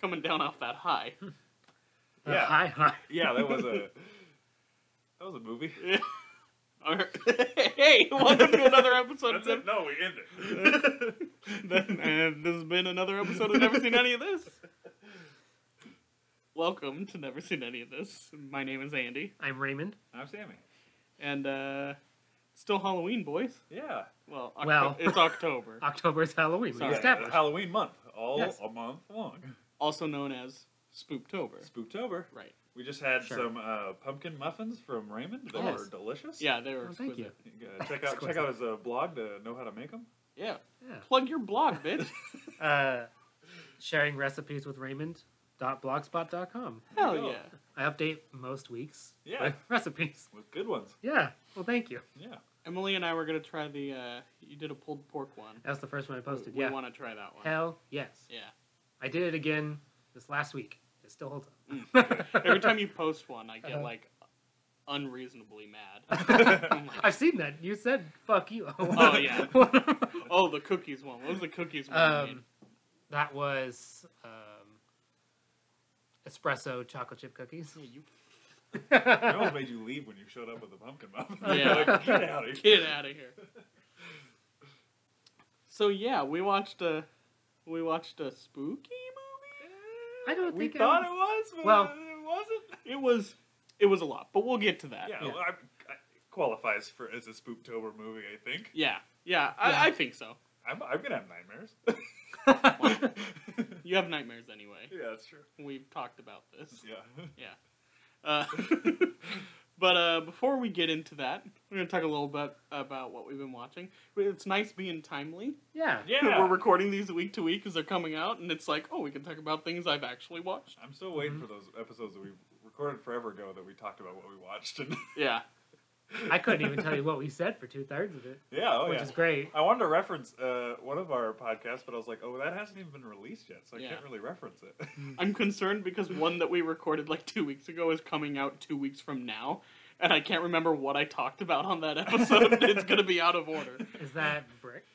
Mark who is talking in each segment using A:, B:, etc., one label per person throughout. A: coming down off that high.
B: Uh,
C: Yeah.
B: Hi, hi.
C: Yeah, that was a that was a movie.
A: Alright. hey, welcome to another episode of
C: That's it. No, we end it.
A: Then, uh, This has been another episode of Never Seen Any of This. Welcome to Never Seen Any of This. My name is Andy,
B: I'm Raymond.
C: I'm Sammy.
A: and uh, it's still Halloween, boys.
C: Yeah.
A: Well, Octo-
B: Well.
A: it's October,
B: October is Halloween. We
A: Sorry.
C: Yeah,
B: established.
C: Halloween month, all
B: Yes.
C: a month long.
A: also known as Spooktober.
C: Spooktober.
A: Right.
C: We just had
B: Sure.
C: some uh, pumpkin muffins from Raymond. They
A: Yes.
C: were delicious.
A: Yeah, they were
B: Oh,
A: exquisite.
B: thank you.
C: You gotta check out check out his uh, blog to know how to make them.
A: Yeah.
B: Yeah.
A: Plug your blog, bitch.
B: Uh, sharing recipes with Raymond. Dot blogspot.com.
A: Hell
C: go.
A: yeah.
B: I update most weeks.
C: Yeah.
B: with recipes.
C: With good ones.
B: Yeah. Well, thank you.
C: Yeah.
A: Emily and I were gonna try the. Uh, you did a pulled pork one.
B: That was the first one I posted.
A: We,
B: yeah.
A: want to try that one.
B: Hell yes.
A: Yeah.
B: I did it again this last week. It still holds up.
A: Mm. Every time you post one, I get
B: Uh-huh.
A: like unreasonably mad. I'm like,
B: I've seen that. You said "fuck you."
A: Oh, yeah.
B: yeah.
A: oh, the cookies one. What was the cookies one? you
B: Um,
A: made?
B: that was um, espresso chocolate chip cookies.
A: Yeah, you
C: I almost made you leave when you showed up with the pumpkin muffins.
A: Yeah.
C: Like, Get out of here.
A: get out of here. So yeah, we watched a we watched a spooky
B: I don't
C: we
B: think I-
C: thought it was, but
B: Well-
C: it wasn't.
A: movie. It was it was a lot, but we'll get to that.
C: Yeah,
B: Yeah.
C: well, I, I, qualifies for as a spooktober movie, I think.
A: yeah, yeah. I,
B: Yeah.
A: I think so.
C: I'm, I'm gonna have nightmares.
A: You have nightmares anyway.
C: yeah, that's true.
A: We've talked about this.
C: Yeah.
A: Uh, but uh, before we get into that, we're gonna talk a little bit about what we've been watching. It's nice being timely.
B: yeah.
C: Yeah.
A: that We're recording these week to week as they're coming out, and it's like, oh, we can talk about things I've actually watched.
C: I'm still waiting
B: Mhm.
C: for those episodes that we recorded forever ago that we talked about what we watched. And
A: Yeah.
B: I couldn't even tell you what we said for two thirds of it,
C: yeah, oh
B: which
C: yeah.
B: is great.
C: I wanted to reference uh, one of our podcasts, but I was like, oh, that hasn't even been released yet, so I
A: Yeah.
C: can't really reference it.
A: I'm concerned because one that we recorded like two weeks ago is coming out two weeks from now, and I can't remember what I talked about on that episode. it's gonna be out of order.
B: Is that brick?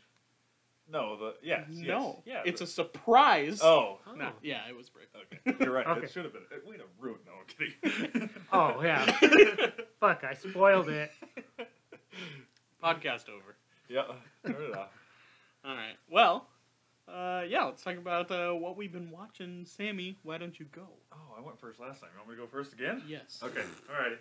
C: no, the yes, yes,
A: no,
C: yeah,
A: it's
C: the-
A: a surprise.
C: oh.
B: Oh,
A: No, yeah, it was break.
C: Okay, you're right.
B: Okay.
C: It should have been. We'd have ruined. No, I'm kidding.
B: oh yeah. Fuck! I spoiled it.
A: Podcast over.
C: yeah, turn it off.
A: All right. Well, uh, yeah, let's talk about uh, what we've been watching. Sammy, why don't you go?
C: Oh, I went first last time. You want me to go first again?
A: Yes.
C: Okay, alrighty.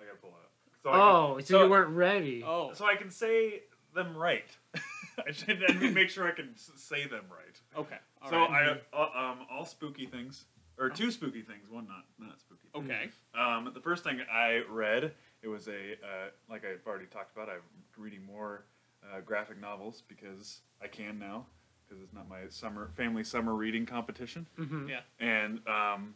C: I gotta pull it up. So I
B: Oh, so,
C: so-
B: you weren't ready.
A: Oh,
C: can, so I can say them right. I should I mean, make sure I can s- say them right.
A: okay. All
C: so
A: right. Mm-hmm. Oh.
C: I uh, um all spooky things or two spooky things, one not not spooky.
A: okay. Oh.
C: Um, the first thing I read it was a uh, like I've already talked about. I'm reading more uh, graphic novels because I can now because it's not my summer family summer reading competition.
B: Mhm.
A: Yeah.
C: And um,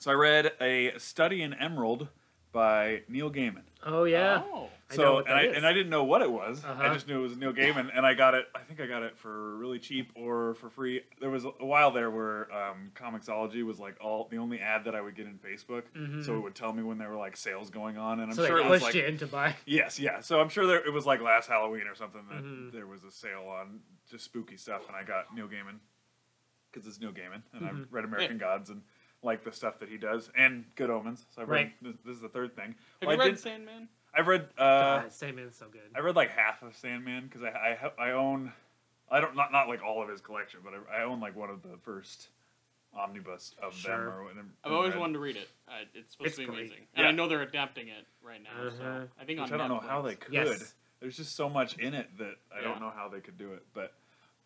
C: so I read a study in Emerald by Neil Gaiman.
B: Oh yeah.
A: Oh.
B: I
C: So
B: know what
C: and
B: that
C: I
B: is.
C: and I didn't know what it was. I
B: Uh-huh.
C: just knew it was Neil Gaiman, and I got it. I think I got it for really cheap or for free. There was a while there where um, Comixology was like all the only ad that I would get in Facebook,
B: Mhm.
C: so it would tell me when there were like sales going on, and I'm
B: so
C: sure
B: they
C: it was
B: pushed
C: like
B: you into buy.
C: yes, yeah. So I'm sure there, it was like last Halloween or something that
B: Mhm.
C: there was a sale on just spooky stuff, and I got Neil Gaiman because it's Neil Gaiman, and
B: Mhm.
C: I've read American Gods and like the stuff that he does, and Good Omens. So I've read
B: Right.
C: this, this is the third thing.
A: Have
C: Well,
A: you
C: I
A: read
C: did-
A: Sandman?
C: I've read. Uh,
B: God, Sandman's so good.
C: I read like half of Sandman because I, I ha- I own I don't not not like all of his collection, but I, I own like one of the first omnibus of
B: Sure.
C: them. Or, and,
A: I've always
C: read,
A: wanted to read it. Uh, it's supposed
B: It's
A: to be
B: great.
A: amazing, and I
C: Yeah. Mm-hmm.
A: know they're adapting it right now.
B: Uh-huh.
A: So I think
C: which
A: on
C: I don't know how
A: Netflix.
C: they could.
B: Yes.
C: There's just so much in it that I
A: Yeah.
C: don't know how they could do it, but.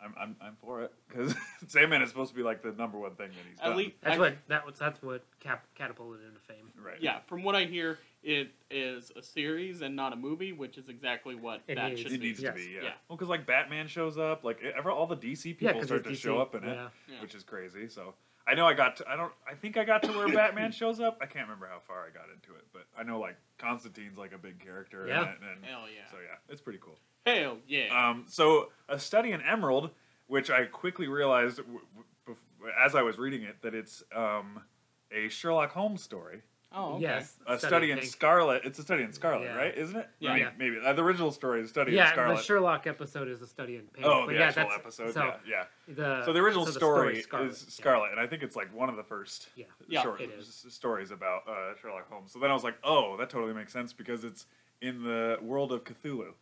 C: I'm, I'm, I'm for it because Sandman is supposed to be like the number one thing that he's
A: At
C: done.
A: least
B: That's
A: I-
B: what that was. That's what cap, catapulted into fame.
C: right?
A: Yeah, from what I hear, it is a series and not a movie, which is exactly what
B: It
A: that
B: needs.
A: should
C: it
A: be.
C: needs
B: Yes.
C: to be. Yeah,
A: Yeah.
C: well, because like Batman shows up, like e-, ever all the DC
B: Yeah,
C: people
B: because
C: start to show up in it.
B: Yeah.
A: Yeah.
C: which is crazy. So I know I got to, I don't I think I got to where Batman shows up. I can't remember how far I got into it, but I know like Constantine's like a big character.
B: Yeah.
C: In it, and,
A: Hell yeah.
C: So yeah, it's pretty cool.
A: Hell yeah.
C: Um, so a study in Emerald, which I quickly realized w- w- bef- as I was reading it that it's um, a Sherlock Holmes story.
A: Oh, okay.
B: Yes.
C: A study in
B: Pink.
C: Scarlet. It's a study in Scarlet,
B: Yeah.
C: right? Isn't it?
A: Yeah.
C: Right,
B: Yeah.
C: Maybe uh, the original story is a study in
B: Yeah,
C: Scarlet.
B: the Sherlock episode is a study in pink.
C: oh,
B: but
C: the
B: yeah,
C: actual
B: that's-
C: episode.
B: So
C: yeah, yeah.
B: the
C: So the original
B: so
C: story,
B: is Scarlet.
C: is
B: yeah.
C: Scarlet, and I think it's like one of the first
B: Yeah.
A: Yeah,
C: short
B: it is.
C: stories about uh, Sherlock Holmes. So then I was like, oh, that totally makes sense because it's in the world of Cthulhu.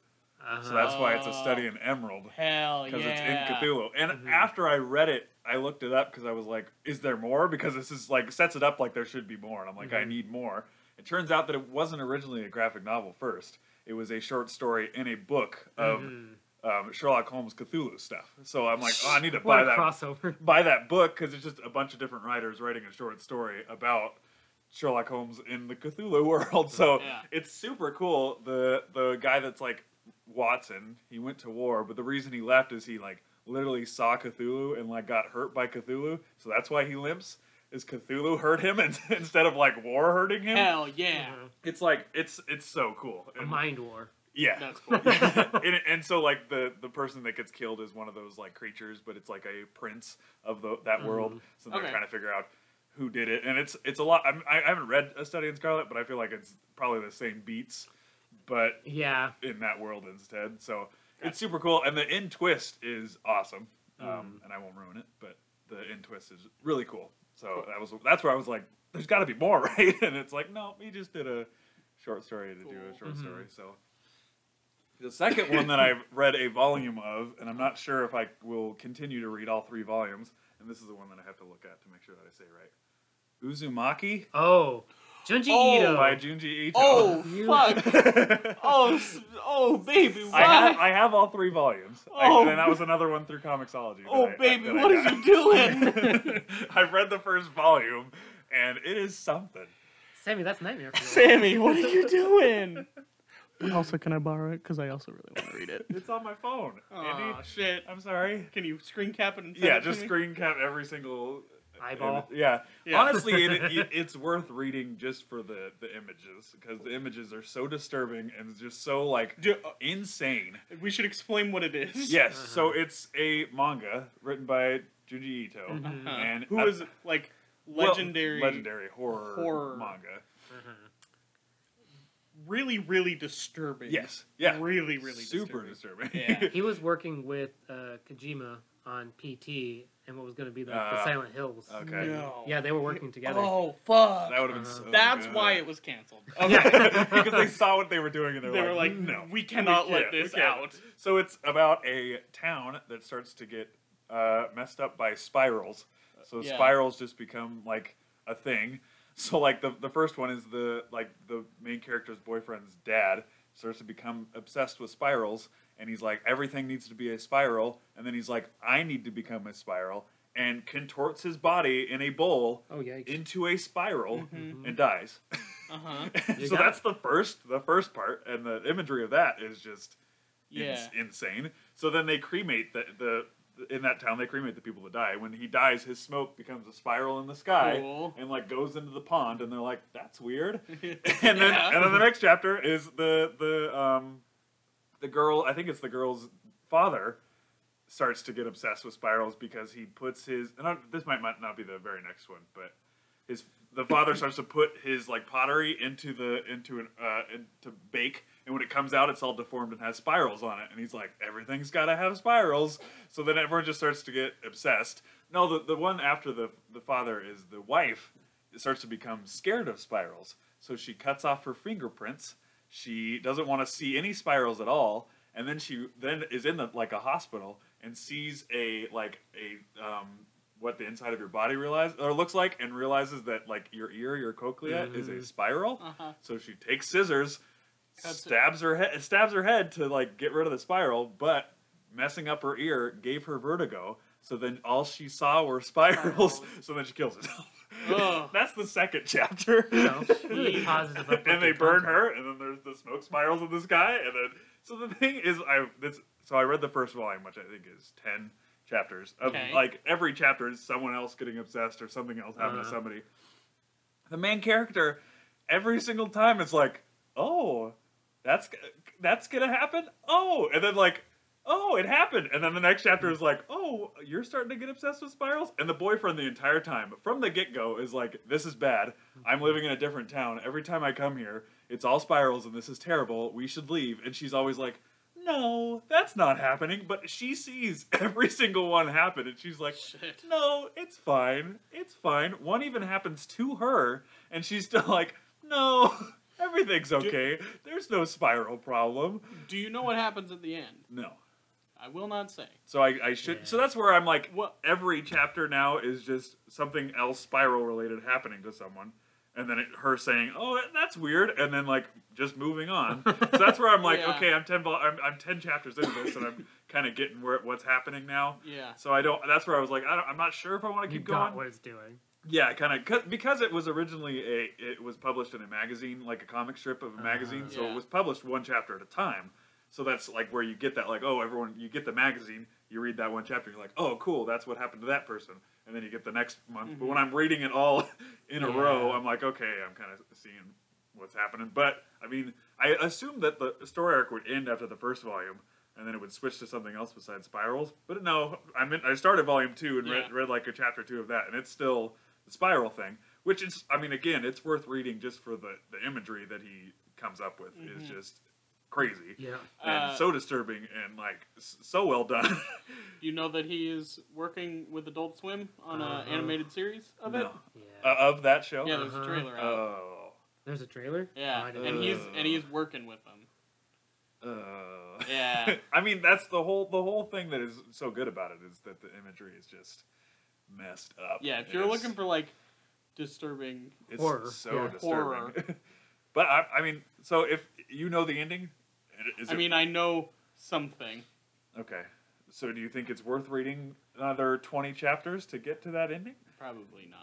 B: Uh-huh.
C: So that's why it's a study in Emerald
A: Hell yeah.
C: because it's in Cthulhu. And after I read it, I looked it up because I was like, is there more? Because this is like sets it up like there should be more. And I'm like, I
B: Mhm.
C: need more. It turns out that it wasn't originally a graphic novel first. It was a short story in a book of
B: Mhm.
C: um, Sherlock Holmes Cthulhu stuff. So I'm like, oh, I need to
B: what
C: buy
B: a
C: that
B: crossover.
C: buy that book because it's just a bunch of different writers writing a short story about Sherlock Holmes in the Cthulhu world. So
A: Yeah.
C: it's super cool. The the guy that's like Watson, he went to war, but the reason he left is he like literally saw Cthulhu and like got hurt by Cthulhu. So that's why he limps. Is Cthulhu hurt him and, instead of like war hurting him?
A: Hell yeah.
B: Mhm.
C: It's like it's it's so cool.
B: A
C: And-
B: mind war.
C: yeah.
A: That's cool.
C: and, and so like the the person that gets killed is one of those like creatures, but it's like a prince of the, that world. So they're
A: Okay.
C: trying to figure out who did it, and it's it's a lot. I'm, I I haven't read a study in Scarlet, but I feel like it's probably the same beats, but
B: Yeah.
C: in that world instead. So it's super cool, and the end twist is awesome.
A: Mm.
C: Um, and I won't ruin it, but the end twist is really cool. So that was that's where I was like, there's got to be more, right? And it's like, no, we just did a short story to do a short
B: Mhm.
C: story.
A: Mm-hmm.
C: So the second one that I've read a volume of, and I'm not sure if I will continue to read all three volumes. And this is the one that I have to look at to make sure that I say right. Uzumaki
B: Oh, Junji
A: Oh,
B: Ito.
C: by Junji Ito.
A: Oh
B: You-
A: fuck. Oh, s- oh baby,
C: I have,
A: why?
C: I have all three volumes.
A: Oh.
C: I, and that was another one through Comixology. that
A: Oh
C: I-
A: baby,
C: that I
A: what are
C: got.
A: you doing?
C: I've read the first volume, and it is something.
B: Sammy, that's nightmare. fuel.
A: Sammy, what are you doing? But also, can I borrow it? Because I also really want to read it.
C: It's on my phone.
A: Oh
C: Andy,
A: shit!
C: I'm sorry.
A: Can you screen cap it and send
C: Yeah,
A: it to
C: just
A: me?
C: screen cap every single
B: Eyeball.
C: image. Yeah.
A: Yeah.
C: honestly, it, it, it's worth reading just for the the images because the images are so disturbing and just so like
A: Do- uh,
C: insane.
A: we should explain what it is.
C: Yes. So it's a manga written by Junji Ito,
B: Mhm.
A: Uh,
C: and
A: who is like
C: well,
A: legendary,
C: legendary horror,
A: horror.
C: manga.
B: Mhm.
A: really, really disturbing.
C: Yes. Yeah.
A: Really, really
C: super
A: disturbing.
C: disturbing.
A: Yeah.
B: He was working with uh, Kojima on PT and what was going to be like the
C: Uh,
B: Silent Hills.
C: okay.
A: No.
B: Yeah, they were working together.
A: Oh fuck!
C: that would have been
B: Uh-huh.
C: so
A: That's
C: good.
A: why it was canceled.
B: Yeah.
C: because they saw what they were doing and
A: they
C: they're
A: were
C: like, "Mm,
A: like,
C: no.
A: we cannot
C: We
A: let
C: can't, we
A: this
C: can't."
A: out.
C: So it's about a town that starts to get uh, messed up by spirals. So
A: Yeah.
C: spirals just become like a thing. So like the the first one is the like the main character's boyfriend's dad starts to become obsessed with spirals and he's like everything needs to be a spiral and then he's like I need to become a spiral and contorts his body in a bowl
B: Oh, yikes.
C: into a spiral
A: Mhm.
C: and dies.
A: Uh huh.
B: Mm-hmm. You
C: so
B: got
C: that's the first the first part and the imagery of that is just
A: Yeah.
C: ins- insane so then they cremate the, the in that town they cremate the people that die when he dies his smoke becomes a spiral in the sky
A: Cool.
C: and like goes into the pond and they're like that's weird
A: yeah.
C: and then and then the next chapter is the the um the girl I think it's the girl's father starts to get obsessed with spirals because he puts his and I, this might might not be the very next one but his the father starts to put his like pottery into the into an uh in, to bake and when it comes out it's all deformed and has spirals on it and he's like everything's got to have spirals so then everyone just starts to get obsessed no the the one after the the father is the wife it starts to become scared of spirals. So she cuts off her fingerprints. She doesn't want to see any spirals at all. And then she then is in the like a hospital and sees a like a um what the inside of your body realize or looks like and realizes that like your ear, your cochlea is a
B: Mhm.
C: spiral.
A: Uh-huh.
C: So she takes scissors,
A: Cuts it.
C: stabs her head stabs her head to like get rid of the spiral, but messing up her ear gave her vertigo. So then all she saw were spirals.
A: Spirals.
C: so then she kills herself.
A: Ugh.
C: That's the second chapter.
B: You know, really positive.
C: and they
B: uplifting
C: burn
B: content.
C: her, and then there's the smoke spirals in the sky, and then so the thing is, I this so I read the first volume, which I think is ten chapters of
A: Okay.
C: like every chapter is someone else getting obsessed or something else happening to
B: Uh-huh.
C: somebody. The main character, every single time, is like, oh, that's that's gonna happen. Oh, and then like. oh, it happened. And then the next chapter is like, oh, you're starting to get obsessed with spirals. And the boyfriend the entire time, from the get go, is like, this is bad. I'm living in a different town. Every time I come here, it's all spirals and this is terrible. We should leave. And she's always like, no, that's not happening. But she sees every single one happen. And she's like,
A: Shit.
C: no, it's fine. It's fine. One even happens to her, and she's still like, no, everything's okay. There's no spiral problem.
A: Do you know what happens at the end?
C: No.
A: I will not say.
C: So I, I should.
B: Yeah.
C: So that's where I'm like,
A: Well-
C: every chapter now is just something else spiral related happening to someone, and then it, her saying, "Oh, that- that's weird," and then like just moving on. so that's where I'm like,
A: Yeah.
C: okay, I'm ten, vol- I'm, I'm ten chapters into this, and I'm kind of getting where what's happening now.
A: Yeah.
C: So I don't. That's where I was like, I don't, I'm not sure if I want to
B: You
C: keep
B: got
C: going.
B: what it's doing.
C: Yeah, kind of because it was originally a it was published in a magazine, like a comic strip of a magazine,
B: Uh-huh.
C: so
A: Yeah.
C: it was published one chapter at a time. So that's like where you get that like oh everyone you get the magazine, you read that one chapter, you're like oh cool that's what happened to that person, and then you get the next month. But when I'm reading it all in a
B: Yeah.
C: row, I'm like okay I'm kind of seeing what's happening. But I mean I assumed that the story arc would end after the first volume. And then it would switch to something else besides spirals. But no, I mean, I started volume two and read,
A: Yeah.
C: read like a chapter two of that, and it's still the spiral thing, which is, I mean, again, it's worth reading just for the, the imagery that he comes up with is
B: Mm-hmm.
A: Mhm.
C: just crazy
B: Yeah.
C: and
A: Uh,
C: so disturbing and like s- so well done.
A: You know that he is working with Adult Swim on an
B: Uh-huh.
A: animated series of it.
C: No.
B: Yeah.
C: Uh, of that show.
A: Yeah, there's a
B: Uh-huh.
A: trailer out.
C: Oh.
B: There's a trailer.
A: yeah,
B: Oh, I didn't
A: and
B: know
A: he's
B: that.
A: and he's working with them.
C: Uh.
A: Yeah.
C: I mean, that's the whole the whole thing that is so good about it is that the imagery is just messed up.
A: Yeah, if you're
C: It's-
A: looking for like disturbing,
C: It's
B: Horror,
C: so
B: yeah.
C: disturbing.
A: Horror.
C: but I, I mean, so if you know the ending, is
A: I
C: it-
A: mean, I know something.
C: okay. So do you think it's worth reading another twenty chapters to get to that ending?
A: Probably not.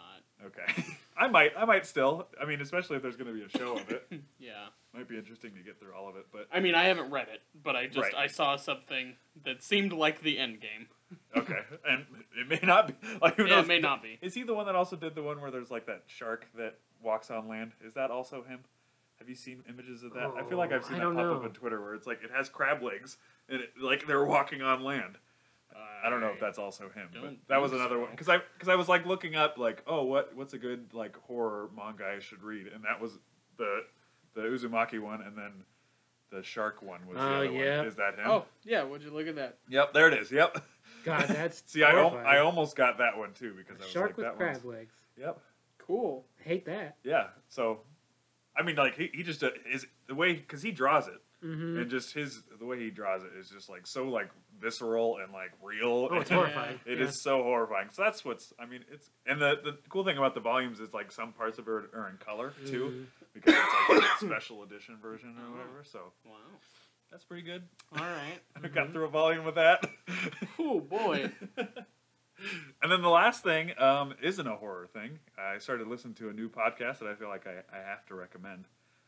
C: Okay, I might, I might still. I mean, especially if there's going to be a show of it,
A: Yeah,
C: might be interesting to get through all of it. But
A: I mean, I haven't read it, but I just
C: Right.
A: I saw something that seemed like the end game.
C: okay, and it may not be. Like, who
A: Yeah,
C: knows?
A: it may not be.
C: Is he the one that also did the one where there's like that shark that walks on land? Is that also him? Have you seen images of that? I feel like
B: Oh,
C: I've seen
B: I
C: that pop
B: don't
C: up
B: know.
C: on Twitter where it's like it has crab legs and it, like they're walking on land. I don't know if that's also him, but
A: Don't
C: that was
A: think
C: another
A: so.
C: one because I because I was like looking up like oh what what's a good like horror manga I should read and that was the the Uzumaki one and then the shark one was the
B: Oh,
C: other
B: yeah.
C: one. Is that him?
A: Oh yeah, would you look at that?
C: yep, there it is. Yep.
B: God, that's
C: See, I, al-
B: horrifying.
C: I almost got that one too because I was
B: shark
C: like
B: with
C: that
B: crab
C: one's-
B: legs.
C: Yep.
A: Cool.
B: Hate that.
C: Yeah. So, I mean, like he, he just uh, is the way because he draws it,
B: Mm-hmm.
C: and just his the way he draws it is just like so like visceral and like real.
B: Oh, it's
C: and
B: horrifying.
C: It is
B: Yeah.
C: so horrifying. So that's what's. I mean, it's and the the cool thing about the volumes is like some parts of it are in color
B: Mm-hmm.
C: too, because it's like a special edition version or
A: Oh.
C: whatever. So
A: Wow.
C: that's pretty good.
A: All right.
C: I
B: Mm-hmm.
C: got through a volume with that.
A: Oh boy.
C: And then the last thing um, isn't a horror thing. I started listening to a new podcast that I feel like I, I have to recommend.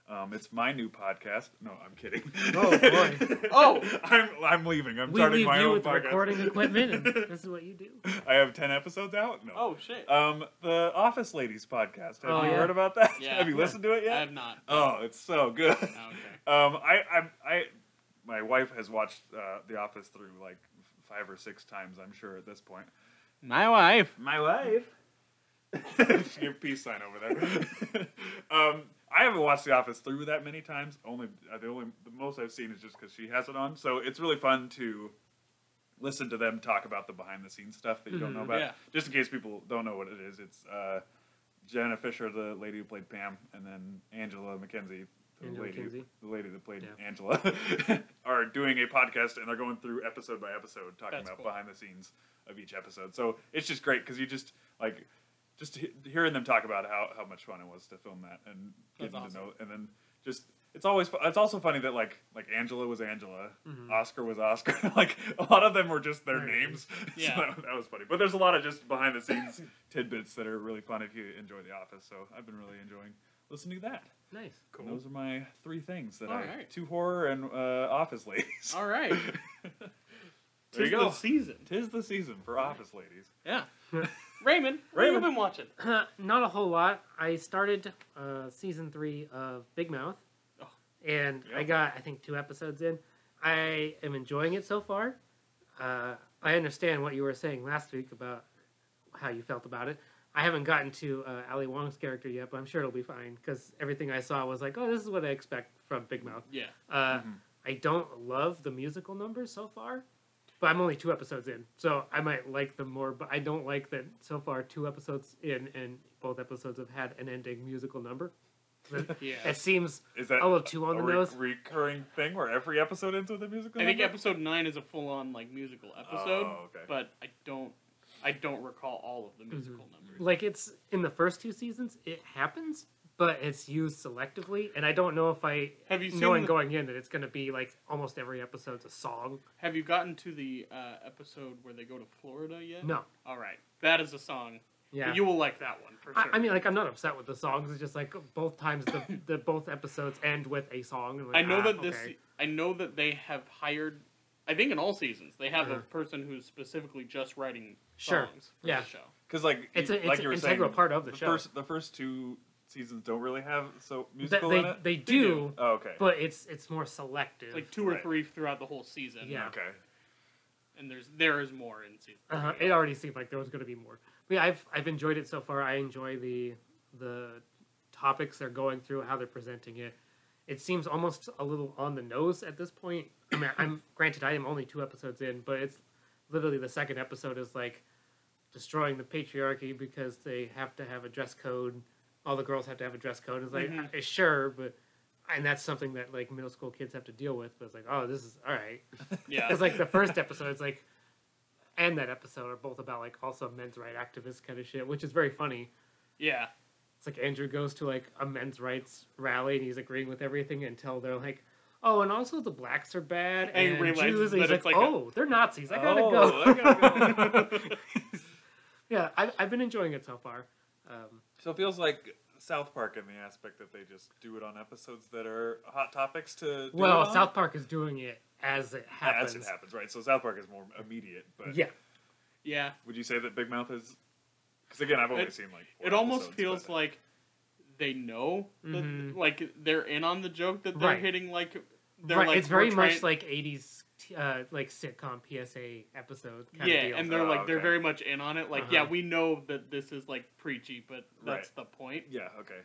C: Um, it's my new podcast. No, I'm kidding.
B: Oh, boy.
A: Oh.
C: I'm I'm leaving. I'm
B: We
C: starting
B: leave
C: my
B: you
C: own
B: with the
C: podcast.
B: recording equipment, and this is what you do.
C: I have ten episodes out. No.
A: Oh shit.
C: Um, the Office Ladies podcast. Have
B: Oh,
C: you
B: yeah.
C: heard about that?
A: Yeah.
C: have you
A: Yeah.
C: listened to it
A: I
C: yet?
A: have not.
C: Oh, it's so good.
A: Oh, okay.
C: Um, I, I, I, my wife has watched uh, The Office through like five or six times, I'm sure, at this point.
A: My wife.
C: My wife. Your peace sign over there. um, I haven't watched The Office through that many times. Only uh, the only the most I've seen is just because she has it on. So it's really fun to listen to them talk about the behind the scenes stuff that you don't know
B: Mhm.
C: about.
A: Yeah.
C: Just in case people don't know what it is, it's uh, Jenna Fisher, the lady who played Pam, and then Angela McKenzie, the
B: Angela
C: lady
B: McKenzie.
C: the lady that played
B: Yeah.
C: Angela, are doing a podcast and they're going through episode by episode talking
A: That's
C: about
A: cool.
C: behind the scenes of each episode. So it's just great because you just like just he- hearing them talk about how, how much fun it was to film that and
A: That's
C: getting to
A: awesome.
C: know and then just it's always fu- it's also funny that like like Angela was Angela,
A: Mm-hmm.
B: Mhm.
C: Oscar was Oscar. like a lot of them were just their
B: Their
C: names.
A: Yeah.
C: so that, that was funny. But there's a lot of just behind the scenes tidbits that are really fun if you enjoy The Office. So I've been really enjoying listening to that.
B: Nice.
C: And Those are my three things that
A: All
C: I
A: right.
C: two horror and uh, office ladies.
A: All right.
C: There
A: Tis
C: you go.
A: the season.
C: Tis the season for office ladies.
A: Yeah. Raymond, what have you
C: Raymond.
A: been watching?
B: Not a whole lot. I started uh, season three of Big Mouth,
A: Oh.
B: and I
C: Yep.
B: got I think two episodes in. I am enjoying it so far. uh, I understand what you were saying last week about how you felt about it. I haven't gotten to uh, Ali Wong's character yet, but I'm sure it'll be fine because everything I saw was like, oh, this is what I expect from Big Mouth.
A: Yeah.
B: Uh,
A: Mm-hmm.
C: Mhm.
B: I don't love the musical numbers so far, but I'm only two episodes in, so I might like them more. But I don't like that so far. Two episodes in, and both episodes have had an ending musical number. That
A: Yeah.
B: that seems
C: Is that
B: a little too
C: a
B: on the
C: re-
B: nose.
C: recurring thing where every episode ends with a musical?
A: I think
C: number?
A: episode nine is a full on like musical episode,
C: Oh, okay.
A: but I don't I don't recall all
B: Mm-hmm.
A: of the musical numbers.
B: Like it's in the first two seasons, it happens, but it's used selectively, and I don't know if I
A: Have you seen
B: knowing
A: the-
B: going in that it's going to be like almost every episode's a song.
A: Have you gotten to the uh, episode where they go to Florida yet?
B: No,
A: All right, that is a song.
B: yeah.
A: You will like that one for
B: I,
A: sure.
B: I mean, like, I'm not upset with the songs. It's just like both times the, the both episodes end with a song. and, like,
A: I know
B: ah,
A: that this.
B: okay.
A: I know that they have hired. I think in all seasons they have a
B: Uh-huh.
A: person who's specifically just writing
B: Sure.
A: songs for
B: Yeah.
A: the show.
C: Because like
B: It's a-
C: you-
B: it's
C: like
B: an
C: you were
B: integral
C: saying,
B: part of the show.
C: First, the first two seasons don't really have so
B: That
C: musical
B: they,
C: in it.
B: they do,
C: oh, okay.
B: but it's it's more selective.
A: It's like two or
C: Right.
A: three throughout the whole season.
B: Yeah.
C: okay.
A: and there's there is more in season.
B: uh
A: three.
B: It already seemed like there was going to be more. But yeah, I've I've enjoyed it so far. I enjoy the the topics they're going through, how they're presenting it. It seems almost a little on the nose at this point. I mean, I'm granted I am only two episodes in, but it's literally the second episode is like destroying the patriarchy because they have to have a dress code. All the girls have to have a dress code. It's like
A: Mhm.
B: uh, sure, but and that's something that like middle school kids have to deal with. But it's like oh, this is all right.
A: yeah,
B: Because like the first episode, it's like, and that episode are both about like also men's right activist kind of shit, which is very funny.
A: yeah.
B: It's like Andrew goes to like a men's rights rally and he's agreeing with everything until they're like, oh, and also the blacks are bad
A: And he
B: and,
A: realizes
B: Jews, and
A: that
B: he's
A: it's
B: like,
A: like a-
B: oh, they're Nazis. I gotta
C: oh,
B: go.
C: I gotta go.
B: yeah, I, I've been enjoying it so far. Um,
C: so it feels like South Park in the aspect that they just do it on episodes that are hot topics to. Do
B: well,
C: it on?
B: South Park is doing it as it happens.
C: As it happens, right? So South Park is more immediate, but
B: Yeah,
A: Yeah,
C: Would you say that Big Mouth is? Because again, I've only
A: It-
C: seen like. four
A: it almost
C: episodes,
A: feels
C: but-
A: like they know that
B: Mhm.
A: like they're in on the joke that they're
B: Right.
A: hitting. Like they're
B: right.
A: like
B: it's very
A: we're
B: much
A: trying-
B: like '80s, uh, like sitcom PSA episode. Kind
A: yeah,
B: of deal.
A: and they're
C: Oh,
A: like they're
C: okay.
A: very much in on it. Like yeah,
B: Uh-huh.
A: we know that this is like preachy, but that's the point.
C: Yeah. Okay.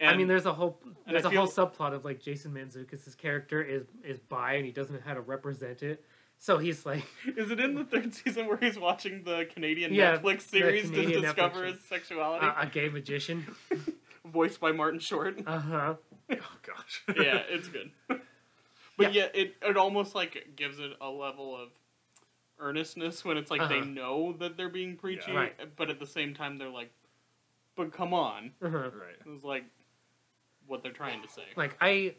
A: And
B: I mean, there's a whole
A: I
B: there's a whole
A: feel-
B: subplot of like Jason Manzukis' character is is bi and he doesn't know how to represent it, so he's like,
A: is it in the third season where he's watching the Canadian
B: Yeah,
A: Netflix
B: the
A: series
B: Canadian
A: to discover
B: Netflix Uh,
A: his sexuality,
B: a, a gay magician.
A: voiced by Martin Short?
B: Uh huh.
C: Oh gosh.
A: yeah, it's good. but yeah. it it almost like gives it a level of earnestness when it's like they
B: Uh-huh.
A: know that they're being preachy,
B: Right.
A: but at the same time they're like, "But come on,"
B: Uh huh.
C: right.
A: it's like what they're trying to say.
B: Like I,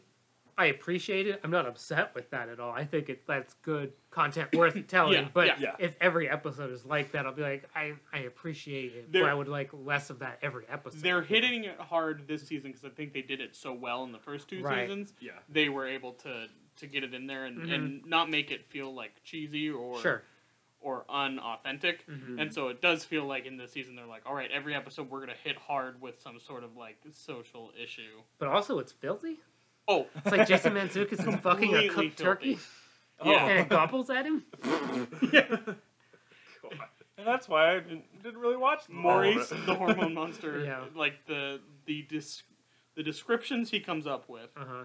B: I appreciate it. I'm not upset with that at all. I think it that's good content worth telling.
A: Yeah,
B: but
A: yeah.
C: Yeah.
B: if every episode is like that, I'll be like, I I appreciate it,
A: They're-
B: but I would like less of that every episode.
A: They're hitting it hard this season because I think they did it so well in the first two
B: Right.
A: seasons.
C: Yeah.
A: They were able to to get it in there and, and not make it feel like cheesy or
B: Mm-hmm. sure.
A: or unauthentic.
B: Mhm.
A: And so it does feel like in this season they're like, all right, every episode we're gonna hit hard with some sort of like social issue.
B: But also, it's filthy.
A: Oh,
B: It's like Jason Manzukis is fucking a
A: Completely
B: cooked turkey
A: yeah.
B: and it gobbles at him.
C: Oh, God. And that's why I didn't really watch all of
A: Maurice,
C: it.
A: the hormone monster,
B: Yeah.
A: like the the dis- the descriptions he comes up with
B: Uh huh.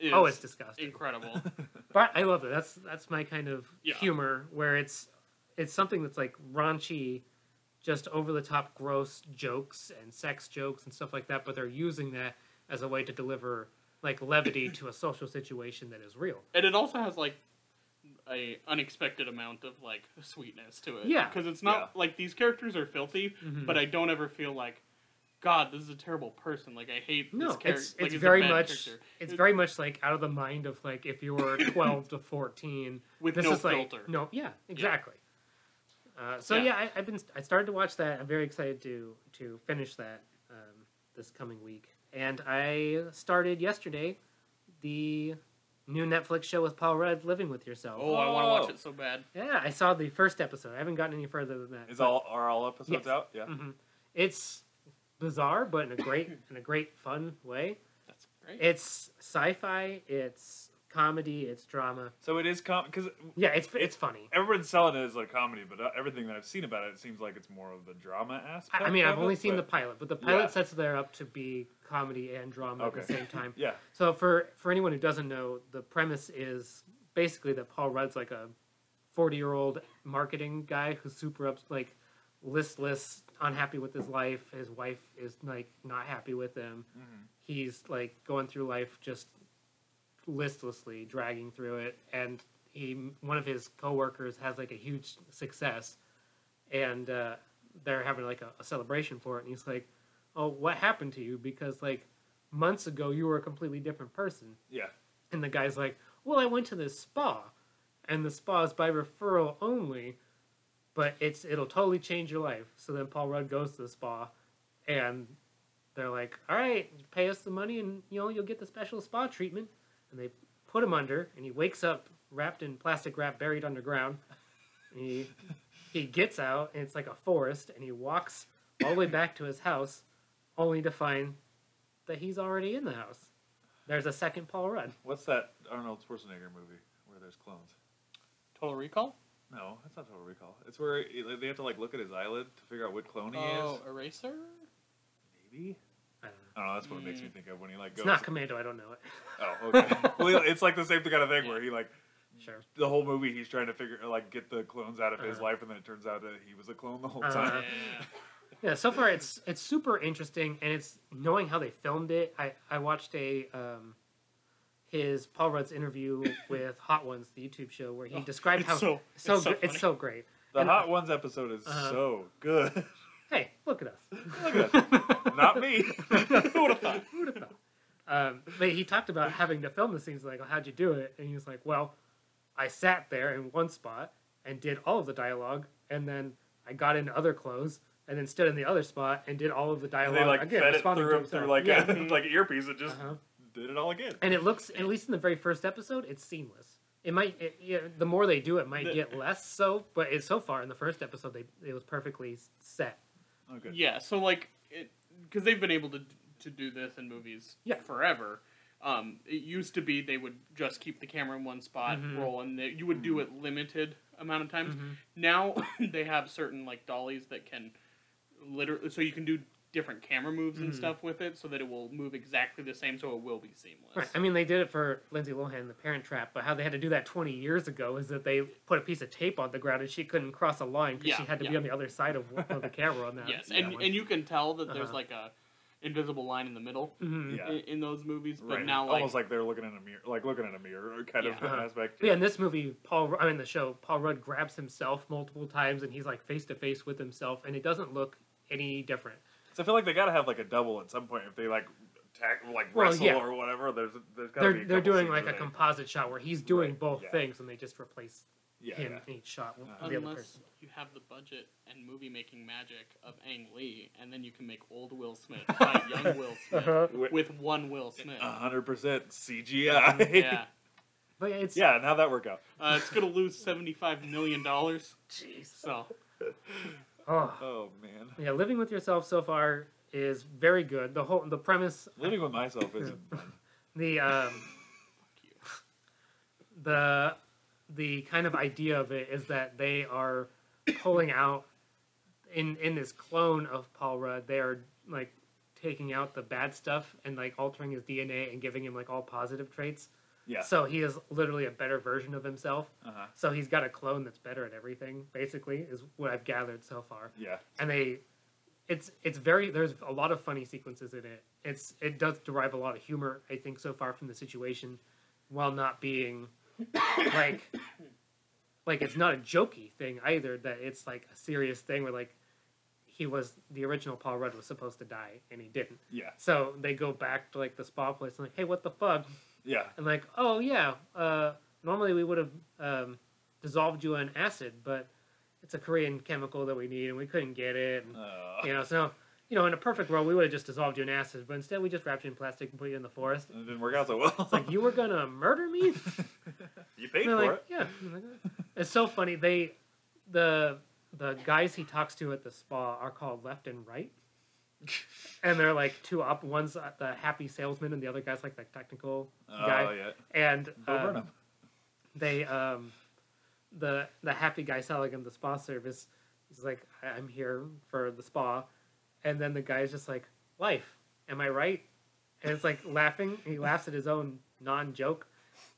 A: is
B: Oh, it's disgusting.
A: incredible.
B: But I love it. That's that's my kind of
A: Yeah.
B: humor where it's it's something that's like raunchy, just over the top gross jokes and sex jokes and stuff like that, but they're using that as a way to deliver like levity to a social situation that is real.
A: and it also has like a unexpected amount of like sweetness to it.
B: Yeah.
A: because it's not like these characters are filthy,
B: Mhm.
A: but I don't ever feel like. God, this is a terrible person. Like I hate
B: no,
A: this character.
B: it's it's very much
A: character.
B: it's
A: It-
B: very much like out of the mind of like if you were twelve to fourteen
A: with
B: this
A: no
B: is like
A: filter.
B: no yeah exactly Uh, so
A: Yeah.
B: yeah, I, I've been I started to watch that I'm very excited to to finish that um, this coming week and I started yesterday the new Netflix show with Paul Rudd Living with Yourself
A: Oh, I want to watch
C: Oh.
A: it so bad.
B: yeah I saw the first episode I haven't gotten any further than that
C: Is
B: but-
C: all are all episodes
B: Yes.
C: out? Yeah.
B: Mhm. it's bizarre but in a great in a great fun way
A: That's great.
B: it's sci-fi it's comedy, it's drama.
C: So it is com because
B: Yeah, it's it's funny.
C: everyone's selling it as a comedy, but uh, everything that I've seen about it, it seems like it's more of the drama aspect.
B: I, I mean, I've
C: of
B: only
C: it,
B: seen the
C: but-
B: pilot, but the pilot
C: Yeah.
B: sets there up to be comedy and drama at
C: Okay.
B: the same time.
C: Yeah,
B: So for for anyone who doesn't know, the premise is basically that Paul Rudd's like a forty year old marketing guy who's super up like listless, unhappy with his life. His wife is like not happy with him.
C: Mm-hmm.
B: He's like going through life just listlessly, dragging through it. And he one of his coworkers has like a huge success, and uh, they're having like a, a celebration for it. And he's like, "Oh, what happened to you? Because like months ago, you were a completely different person."
C: yeah.
B: And the guy's like, "Well, I went to this spa, and the spa is by referral only, but it's it'll totally change your life." So then Paul Rudd goes to the spa, and they're like, "All right, pay us the money, and you know you'll get the special spa treatment." And they put him under, and he wakes up wrapped in plastic wrap, buried underground. And he he gets out, and it's like a forest, and he walks all the way back to his house, only to find that he's already in the house. There's a second Paul Rudd.
C: What's that Arnold Schwarzenegger movie where there's clones?
A: Total Recall.
C: No, that's not Total Recall. It's where he- like, they have to like look at his eyelid to figure out what clone he
A: Oh,
C: is.
A: Eraser.
C: Maybe.
B: I don't know.
C: I don't know. Oh, That's what it makes
A: Mm.
C: me think of when he like
B: It's
C: goes.
B: not Commando. I don't know it.
C: oh, okay. well, it's like the same kind of thing where he like
B: Sure.
C: the whole movie he's trying to figure like get the clones out of his
B: Uh-huh.
C: life, and then it turns out that he was a clone the whole
B: Uh-huh.
C: time.
A: Yeah.
B: Yeah. So far, it's it's super interesting, and it's knowing how they filmed it. I I watched a um, his Paul Rudd's interview with Hot Ones, the YouTube show, where he
A: Oh,
B: described
A: it's
B: how
A: so-
B: it's so
A: it's so
B: gr- it's
A: funny.
B: so great.
C: The
B: And-
C: Hot Ones episode is
B: Uh-huh.
C: so good.
B: Hey, look at us.
C: Look at that. Not me.
A: Who would have thought?
B: Who would have thought? Um, but he talked about having to film the scenes. Like, how'd you do it? And he was like, Well, I sat there in one spot and did all of the dialogue, and then I got into other clothes, and then stood in the other spot and did all of the dialogue
C: they like
B: again,
C: fed it
B: responding to
C: through him
B: himself.
C: through like
B: Yeah.
C: a, like an earpiece and just
B: Uh-huh.
C: did it all again.
B: and it looks at least in the very first episode, it's seamless. It might it, yeah, the more they do, it might
C: The-
B: get less so. But it's so far in the first episode, they it was perfectly s- set.
C: Oh, good.
A: Yeah, so like it because they've been able to to do this in movies
B: Yeah.
A: forever. Um, it used to be they would just keep the camera in one spot,
B: Mhm.
A: roll, and they, you would do it limited amount of
B: Mm-hmm.
A: times. Now they have certain like dollies that can literally, so you can do different camera moves and
B: Mhm.
A: stuff with it, so that it will move exactly the same, so it will be seamless.
B: Right. I mean, they did it for Lindsay Lohan, in The Parent Trap, but how they had to do that 20 years ago is that they put a piece of tape on the ground and she couldn't cross a line because she
A: Yeah,
B: had to be
A: yeah.
B: on the other side of, of the camera on that.
A: yes,
C: yeah,
A: and
C: when-
A: and you can tell that there's
B: Uh-huh.
A: like a invisible line in the middle
B: Mhm.
C: Yeah.
A: i- in, those movies, but
C: Right.
A: now like
C: almost like they're looking in a mirror, like looking in a mirror kind of
A: Yeah.
C: an
B: Uh-huh.
C: aspect.
B: But yeah, in this movie, Paul, I mean, the show, Paul Rudd grabs himself multiple times and he's like face to face with himself and it doesn't look any different.
C: So I feel like they gotta have like a double at some point if they like tack, like
B: Well,
C: wrestle
B: yeah.
C: or whatever. There's there's gotta be.
B: They're,
C: A
B: they're
C: couple
B: doing
C: scenes
B: like a
C: where they-
B: composite shot where he's doing
C: Right,
B: both
C: yeah.
B: things and they just replace
C: yeah,
B: him
C: yeah.
B: in each shot with
C: Uh-huh.
B: the other
A: Unless
B: person.
A: you have the budget and movie making magic of Ang Lee, and then you can make old Will Smith fight young Will Smith
B: Uh-huh.
C: Wi-
A: with one Will Smith.
C: a hundred percent CGI.
A: Yeah,
B: But it's.
C: yeah, and how that work out?
A: uh, it's gonna lose seventy five million dollars.
B: Jeez.
A: So
B: Oh.
C: Oh man,
B: Yeah, living with yourself so far is very good. The whole the premise
C: living with myself isn't fun.
B: the um,
A: you.
B: the the kind of idea of it is that they are pulling out in in this clone of Paul Rudd. They are like taking out the bad stuff and like altering his DNA and giving him like all positive traits.
C: Yeah.
B: So he is literally a better version of himself.
C: uh-huh.
B: So he's got a clone that's better at everything. Basically, is what I've gathered so far
C: Yeah.
B: and they it's it's very there's a lot of funny sequences in it it's it does derive a lot of humor i think so far from the situation while not being like like it's not a jokey thing either that it's like a serious thing where like he was the original paul rudd was supposed to die and he didn't
C: Yeah.
B: so they go back to like the spa place and like hey what the fuck
C: Yeah.
B: and like, oh yeah, uh, normally we would have um, dissolved you in acid, but it's a Korean chemical that we need, and we couldn't get it. And,
C: Uh,
B: You know, so you know, in a perfect world, we would have just dissolved you in acid, but instead we just wrapped you in plastic and put you in the forest.
C: It didn't work out so well.
B: It's like you were gonna murder me.
C: you paid
B: And
C: for
B: they're
C: it.
B: like, Yeah. And they're like, It's so funny. They the the guys he talks to at the spa are called left and right. and they're like two up. One's uh, the happy salesman, and the other guy's like the technical
C: Oh
B: guy.
C: yeah,
B: And
C: Bo
B: uh,
C: Burnham.
B: they um the the happy guy selling him the spa service he's like "I- i'm here for the spa and then the guy's just like life am i right and it's like laughing he laughs at his own non-joke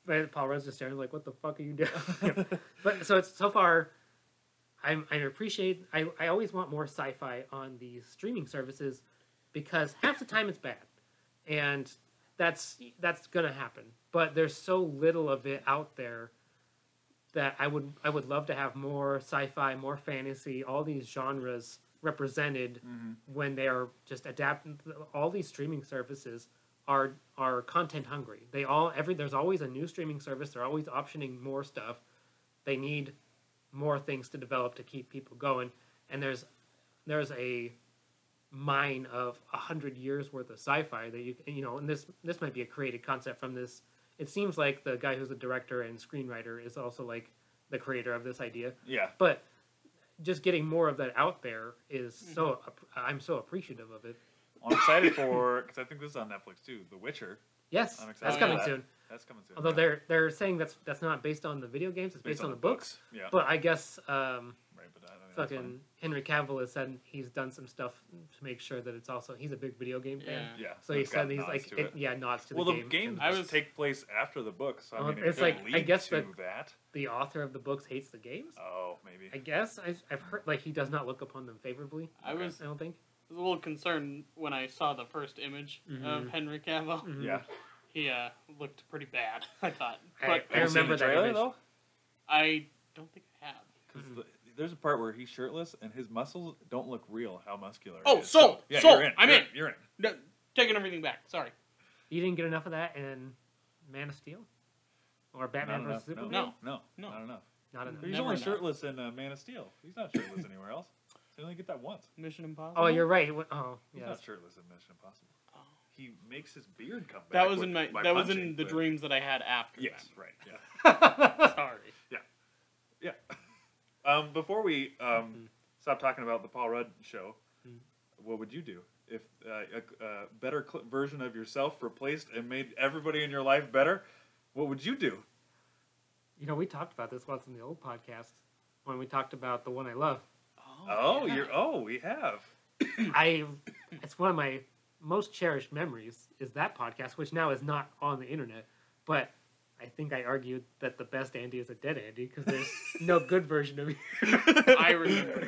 B: but paul rudd's just staring like what the fuck are you doing but so it's so far i'm i appreciate i i always want more sci-fi on these streaming services because half the time it's bad and that's that's gonna happen. But there's so little of it out there that I would I would love to have more sci-fi, more fantasy, all these genres represented
C: Mhm.
B: when they are just adapting. All these streaming services are are content hungry. They all every there's always a new streaming service. They're always optioning more stuff. They need more things to develop to keep people going. And there's there's a mine of a hundred years worth of sci-fi that you you know, and this this might be a created concept from this. It seems like the guy who's the director and screenwriter is also like the creator of this idea.
C: Yeah,
B: But just getting more of that out there is so I'm so appreciative of it.
C: I'm excited for because I think this is on Netflix too. The Witcher.
B: Yes,
C: I'm excited
B: that's
A: for
B: coming
C: that.
B: soon.
C: That's coming soon.
B: Although
C: yeah.
B: they're they're saying that's that's not based on the video games; it's based, on, the books.
C: Yeah.
B: But I guess um,
C: right, but I, I mean, that's
B: fucking Henry Cavill has said he's done some stuff to make sure that it's also he's a big video game fan.
A: Yeah.
C: fine. Yeah.
B: So he
C: it's got
B: said he's
C: nods
B: like
C: to
B: it, yeah nods to
C: well,
B: the,
C: the
B: game.
C: games
A: I
C: I
A: was-
C: take place after the books. So, I
B: Well,
C: mean, it
B: it's
C: could
B: like- I
C: lead
B: guess
C: to
B: the-
C: that.
B: The author of the books hates the games.
C: Oh, maybe.
B: I guess I, I've heard like he does not look upon them favorably.
A: I was
B: I don't think.
A: was a little concerned when I saw the first image of
B: Mhm.
A: Henry Cavill.
B: Mhm.
C: yeah.
A: He uh, looked pretty bad, I thought.
B: I-
A: But
B: I remember that image.
A: I don't think I have.
C: Because
A: Mm-hmm.
B: Mhm.
C: there's a part where he's shirtless and his muscles don't look real. How muscular? it
A: Oh,
C: is.
A: sold,
C: yeah,
A: sold,
C: You're in.
A: I'm
C: you're
A: in.
C: You're in.
A: No, taking everything back. Sorry.
B: You didn't get enough of that in Man of Steel or Batman vs
C: Not enough,
B: Superman.
A: No.
C: No,
A: No.
C: not enough.
B: Not enough.
C: He's
A: Never
C: only
A: enough.
C: shirtless in uh, Man of Steel. He's not shirtless
B: Mm.
C: anywhere else. So you only get that once.
A: Mission Impossible.
B: Oh, you're right. It wa- Oh,
C: He's
B: yeah.
C: not shirtless in Mission Impossible.
A: Oh.
C: He makes his beard come back.
A: That was
C: with-
A: in my.
C: by
A: That was
C: punching,
A: in the
C: but-
A: dreams that I had after.
C: Yes, right. Yeah.
A: that. Sorry.
C: Um, before we um, stop talking about the Paul Rudd show,
B: Mm.
C: what would you do if uh, a, a better cl- version of yourself replaced and made everybody in your life better? What would you do?
B: You know, we talked about this once in the old podcast when we talked about the one I love.
C: Oh,
A: yeah.
C: you're oh, we have.
B: I, it's one of my most cherished memories is that podcast, which now is not on the internet. But I think I argued that the best Andy is a dead Andy because there's no good version of you.
A: I remember.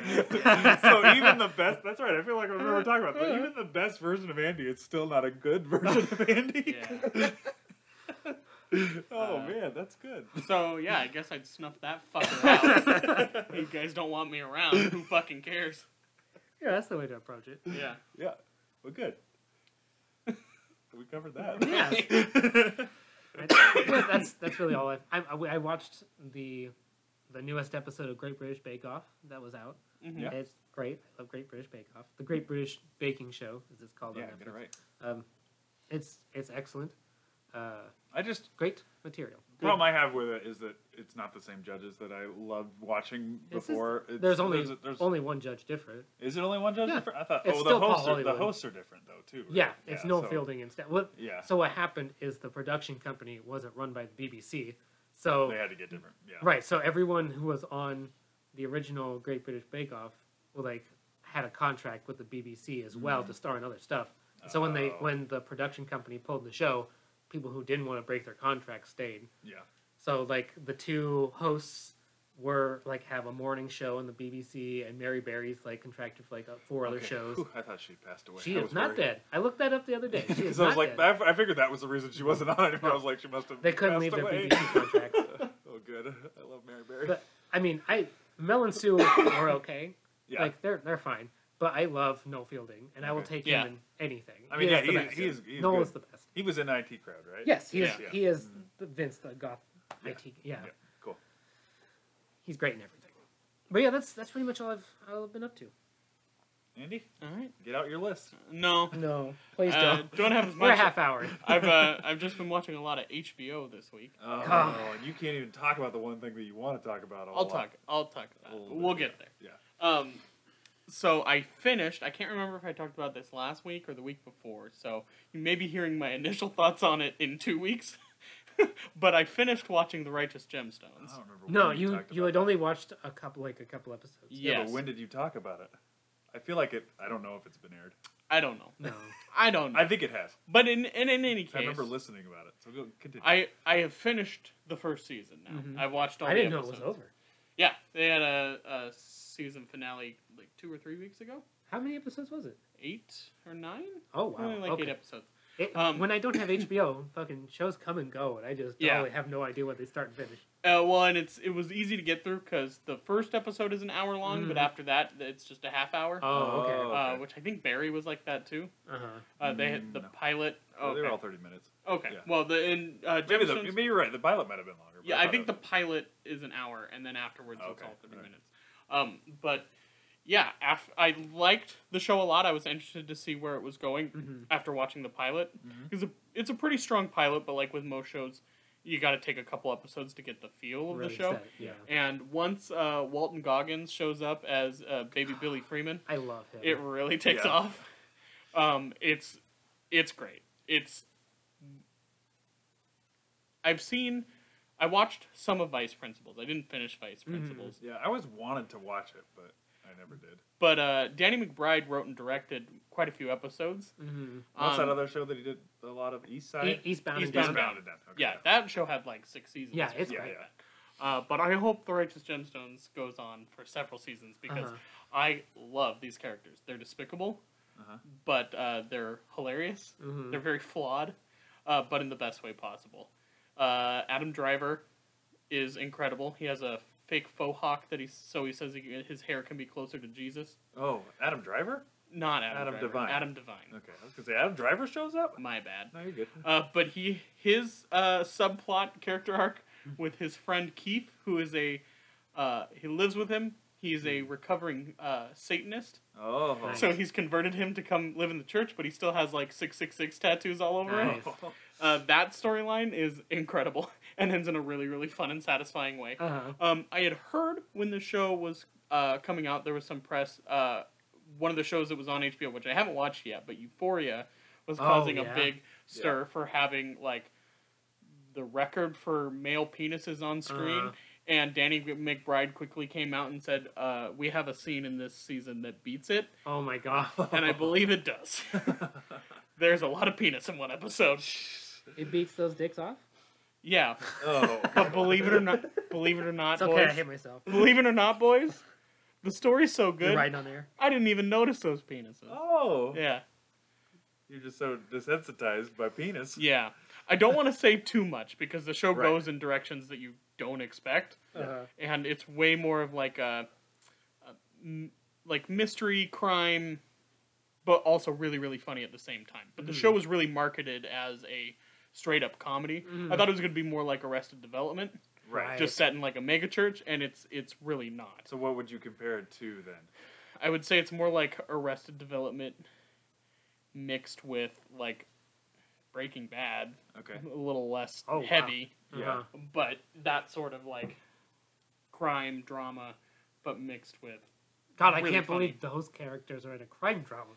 A: now.
C: so even the best. That's right. I feel like I remember talking about. But even the best version of Andy, it's still not a good version of Andy.
A: Yeah.
C: oh
A: Uh,
C: man, that's good.
A: So yeah, I guess I'd snuff that fucker out. you guys don't want me around. Who fucking cares?
B: Yeah, that's the way to approach it.
A: Yeah.
C: Yeah, well, good. We covered that.
B: Yeah. That's- yeah, that's that's really all I've, I, I I watched the the newest episode of Great British Bake Off that was out.
A: Mhm.
C: Yeah.
B: It's great. I love Great British Bake Off. The Great British Baking Show, as it's called.
C: yeah,
B: on
C: get it
B: Netflix.
C: right.
B: Um, it's it's excellent. Uh,
C: I just
B: great material.
C: The problem I have with it is that it's not the same judges that I loved watching
B: It's just-
C: before. It's-
B: there's only
C: a- there's-
B: only one judge different.
C: is it only one judge?
B: Yeah.
C: different? I thought.
B: It's
C: oh, the
B: still Paul
C: hosts, are, the
B: Hollywood.
C: hosts are different though too. right?
B: Yeah, it's Noel
C: so-
B: Fielding instead. Well,
C: Yeah.
B: So what happened is the production company wasn't run by the BBC. So
C: They had to get different. Yeah.
B: Right. So everyone who was on the original Great British Bake Off well, like had a contract with the BBC as well to star in other stuff. And so when they
C: Mm-hmm. Oh.
B: when the production company pulled the show, people who didn't want to break their contract stayed.
C: Yeah.
B: So like the two hosts were like have a morning show on the BBC and Mary Berry's like contracted for like uh, four other
C: Okay.
B: shows.
C: Whew, I thought she passed away.
B: She
C: I
B: is
C: was
B: not
C: worried.
B: dead. I looked that up the other day. She is
C: So I was
B: not
C: like,
B: dead.
C: I, I figured that was the reason she wasn't on anymore. I was like, she must have.
B: They couldn't
C: passed
B: leave their
C: away.
B: BBC contract.
C: oh, good. I love Mary Berry.
B: But I mean, I Mel and Sue are okay.
C: yeah.
B: Like they're they're fine. But I love Noel Fielding, and I will
C: Okay.
B: take
A: Yeah.
B: him in anything.
C: I mean,
B: He
C: yeah,
B: is the
C: he,
B: best.
C: he is. He is
B: Noel is
C: good.
B: the best.
C: He was in IT crowd, right?
B: Yes, he is.
A: Yeah.
B: He is the Vince the goth.
C: Yeah.
B: IT, yeah.
C: Yeah. Cool.
B: he's great in everything. But yeah, that's that's pretty much all I've all I've been up to.
C: Andy,
A: All right.
C: get out your list.
A: No.
B: No, please
A: Uh,
B: don't.
A: don't have as
B: We're a
A: much.
B: half hour.
A: I've uh, I've just been watching a lot of HBO this week.
C: Oh,
B: God.
C: and you can't even talk about the one thing that you want to talk about. a
A: I'll
C: lot.
A: talk. I'll talk. About
C: A
A: it.
C: little bit.
A: We'll get there.
C: Yeah.
A: Um, so I finished. I can't remember if I talked about this last week or the week before. So you may be hearing my initial thoughts on it in two weeks. but I finished watching The Righteous Gemstones.
C: I don't remember.
B: No,
C: when
B: you
C: talked
B: you
C: about
B: had
C: that.
B: only watched a couple like a couple episodes.
A: Yeah.
C: Yeah,
A: Yes.
C: but when did you talk about it? I feel like it. I don't know if it's been aired.
A: I don't know.
B: No.
A: I don't know.
C: I think it has.
A: but in, in in any case,
C: I remember listening about it. So go continue.
A: I I have finished the first season now.
B: Mhm.
A: I've watched all.
B: I
A: the
B: didn't know it was
A: episodes.
B: over.
A: Yeah, they had a, a season finale like two or three weeks ago,
B: How many episodes was it?
A: eight or nine,
B: Oh wow.
A: only like
B: okay.
A: eight episodes.
B: It-
A: Um,
B: when I don't have HBO, fucking shows come and go, and I just
A: Yeah.
B: totally have no idea what they start and finish.
A: Uh, well, and it's it was easy to get through because the first episode is an hour long, but
B: Mhm.
A: after that, it's just a half hour.
B: Oh, okay.
A: Uh,
C: okay.
A: which I think Barry was like that too.
B: Uh huh.
A: Uh, they had
C: Mm,
A: the
C: no.
A: pilot.
C: Oh,
A: Okay.
C: They were all thirty minutes.
A: okay.
C: yeah.
A: Well, the in uh,
C: Maybe the
A: Gemstones-
C: maybe you're right. The pilot might have been longer. but
A: Yeah, I
C: thought
A: think
C: it
A: the pilot is an hour, and then afterwards it's
C: Okay,
A: all thirty
C: alright.
A: minutes. Um, but yeah, af- I liked the show a lot. I was interested to see where it was going
B: Mhm.
A: after watching the pilot
C: Mhm.
A: because it's a pretty strong pilot. But like with most shows, you got to take a couple episodes to get the feel of
B: Really
A: the show.
B: set, Yeah.
A: And once uh, Walton Goggins shows up as uh, Baby Billy Freeman,
B: I love him.
A: it really takes
C: Yeah.
A: off. Um, it's it's great. It's I've seen I watched some of Vice Principals. I didn't finish Vice Principals,
C: Yeah, I always wanted to watch it, but I never did.
A: but uh, Danny McBride wrote and directed quite a few episodes.
B: hmm
C: What's
A: Um,
C: that other show that he did a lot of? East Side.
B: E Eastbound, and
A: Eastbound.
B: Down.
C: Eastbound and Down. Okay,
A: yeah, that show had like six seasons.
B: Yeah,
A: or
B: it's
A: something
B: great.
A: like that. Uh, but I hope The Righteous Gemstones goes on for several seasons because
B: Uh-huh.
A: I love these characters. They're despicable,
C: Uh-huh.
A: but uh, they're hilarious.
B: Mhm.
A: They're very flawed, uh, but in the best way possible. Uh, Adam Driver is incredible. He has a fake faux hawk that he so he says he, his hair can be closer to Jesus.
C: Oh, Adam Driver.
A: Not Adam.
C: Adam
A: Driver,
C: Devine.
A: Adam Devine.
C: Okay, I was gonna say Adam Driver shows up.
A: My bad.
C: No, you're good.
A: Uh, but he his uh, subplot character arc with his friend Keith, who is a uh, he lives with him. He's
C: Hmm.
A: a recovering uh, Satanist,
C: Oh,
B: Nice.
A: so he's converted him to come live in the church, but he still has like six six six tattoos all over him.
B: Nice.
A: Uh, that storyline is incredible and ends in a really, really fun and satisfying way.
B: Uh-huh.
A: Um, I had heard when the show was uh, coming out, there was some press. Uh, one of the shows that was on HBO, which I haven't watched yet, but Euphoria was
B: Oh,
A: causing
B: yeah.
A: a big stir for having like the record for male penises on screen.
B: Uh-huh.
A: And Danny McBride quickly came out and said, uh, "We have a scene in this season that beats it,
B: Oh my god.
A: and I believe it does. There's a lot of penis in one episode.
B: It beats those dicks off.
A: Yeah,
C: oh,
A: But believe it or not, believe it or not,
B: It's okay. I
A: boys.
B: hate myself.
A: Believe it or not, boys. The story's so
B: You're
A: good.
B: riding on air.
A: I didn't even notice those penises.
C: oh,
A: Yeah,
C: you're just so desensitized by penis.
A: yeah. I don't want to say too much because the show
C: Right.
A: goes in directions that you don't expect,
B: Uh-huh.
A: and it's way more of like a, a m- like mystery crime, but also really really funny at the same time. But the
B: Mhm.
A: show was really marketed as a straight up comedy. I
B: Mhm.
A: thought it was going to be more like Arrested Development,
C: Right.
A: just set in like a megachurch, and it's it's really not.
C: So what would you compare it to then?
A: I would say it's more like Arrested Development mixed with like Breaking Bad,
C: Okay.
A: a little less
B: Oh, wow.
A: heavy,
C: Yeah.
B: Uh-huh.
A: but that sort of like crime drama, but mixed with
B: God, I
A: Really
B: can't
A: funny.
B: believe those characters are in a crime drama.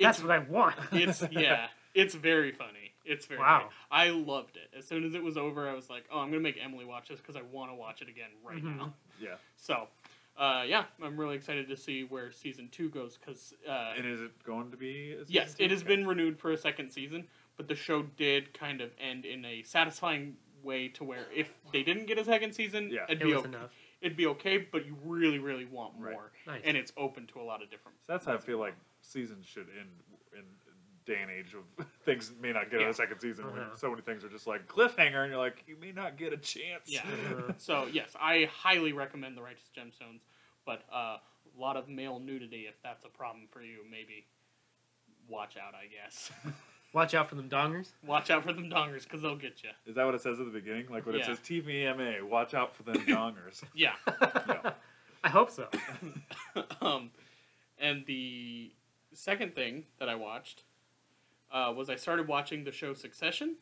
A: it's,
B: That's what I want.
A: it's yeah, it's very funny. It's very
B: Wow.
A: funny. I loved it. As soon as it was over, I was like, oh, I'm gonna make Emily watch this because I want to watch it again right
B: Mhm.
A: now.
C: Yeah.
A: So. Uh, yeah, I'm really excited to see where season two goes because uh,
C: And is it going to be? a season
A: Yes,
C: two?
A: it has
C: Okay.
A: been renewed for a second season, but the show did kind of end in a satisfying way to where if they didn't get a second season,
C: Yeah.
A: it'd
B: it
A: be
B: was
A: okay,
B: enough.
A: it'd be okay, but you really really want more.
C: Right.
B: Nice.
A: And it's open to a lot of different.
C: So that's how I feel like seasons should end in day and age of things may not get
A: Yeah.
C: a second season when
B: Uh-huh.
C: so many things are just like cliffhanger and you're like you may not get a chance.
A: Yeah.
B: Uh-huh.
A: So yes, I highly recommend The Righteous Gemstones, but uh, a lot of male nudity if that's a problem for you, maybe watch out. I guess
B: Watch out for them dongers.
A: watch out for them dongers because they'll get you.
C: Is that what it says at the beginning? Like when
A: Yeah.
C: it says TVMA, watch out for them dongers.
A: Yeah.
C: Yeah.
B: I hope so.
A: um, and the second thing that I watched uh, was I started watching the show Succession.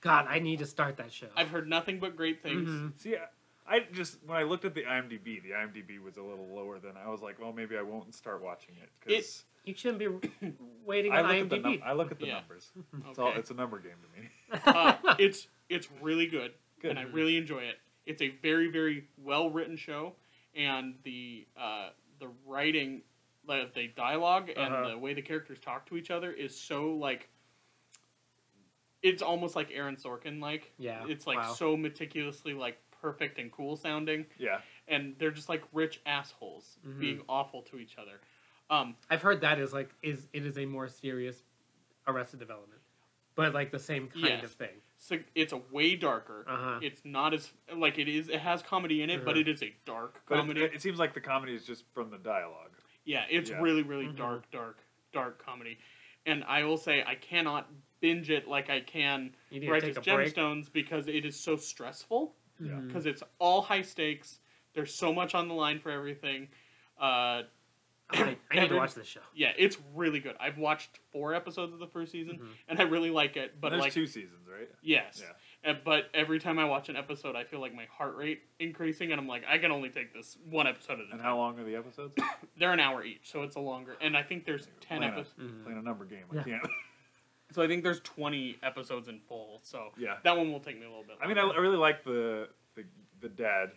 B: God, I need to start that show.
A: I've heard nothing but great things.
B: Mhm.
C: See, I- I just when I looked at the IMDb, the IMDb was a little lower than I was like, well, maybe I won't start watching it because
B: You shouldn't be waiting
C: I
B: on
C: look at the
B: IMDb.
C: num- I look at the
A: Yeah.
C: numbers. It's all
A: Okay.
C: it's a number game to me.
A: uh, it's it's really good,
C: Good.
A: and I really enjoy it. It's a very very well written show, and the uh, the writing, the, the dialogue, and
B: Uh-huh.
A: the way the characters talk to each other is so like. It's almost like Aaron Sorkin like.
B: Yeah,
A: It's like
B: wow.
A: so meticulously like perfect and cool sounding,
C: Yeah,
A: and they're just like rich assholes
B: Mhm.
A: being awful to each other. Um,
B: I've heard that is like is it is a more serious Arrested Development, but like the same kind
A: Yes.
B: of thing.
A: so it's a way darker.
B: Uh huh.
A: It's not as like it is. It has comedy in it, but
B: Uh-huh.
A: it is a dark
C: but
A: comedy.
C: it, it seems like the comedy is just from the dialogue.
A: Yeah, it's
C: Yeah.
A: really, really
B: Mhm.
A: dark, dark, dark comedy. And I will say I cannot binge it like I can
B: You need to take
A: Righteous
B: a break.
A: Gemstones because it is so stressful.
C: Yeah.
B: Mhm.
A: Because it's all high stakes. There's so much on the line for everything. Uh,
B: I, I need to
A: every-
B: watch this show.
A: yeah, it's really good. I've watched four episodes of the first season,
B: Mhm.
A: and I really like it. But
C: There's
A: like,
C: two seasons, right?
A: yes,
C: Yeah.
A: Uh, but every time I watch an episode, I feel like my heart rate increasing, and I'm like, I can only take this one episode at a
C: And
A: time.
C: how long are the episodes?
A: They're an hour each, so it's a longer. And I think there's ten
C: Plan a-
A: episodes.
B: Mhm.
C: Playing a number game, I
B: Yeah.
C: can't.
A: So I think there's 20 episodes in full. So
C: Yeah.
A: that one will take me a little bit.
C: I mean, I, I really like the, the the dad,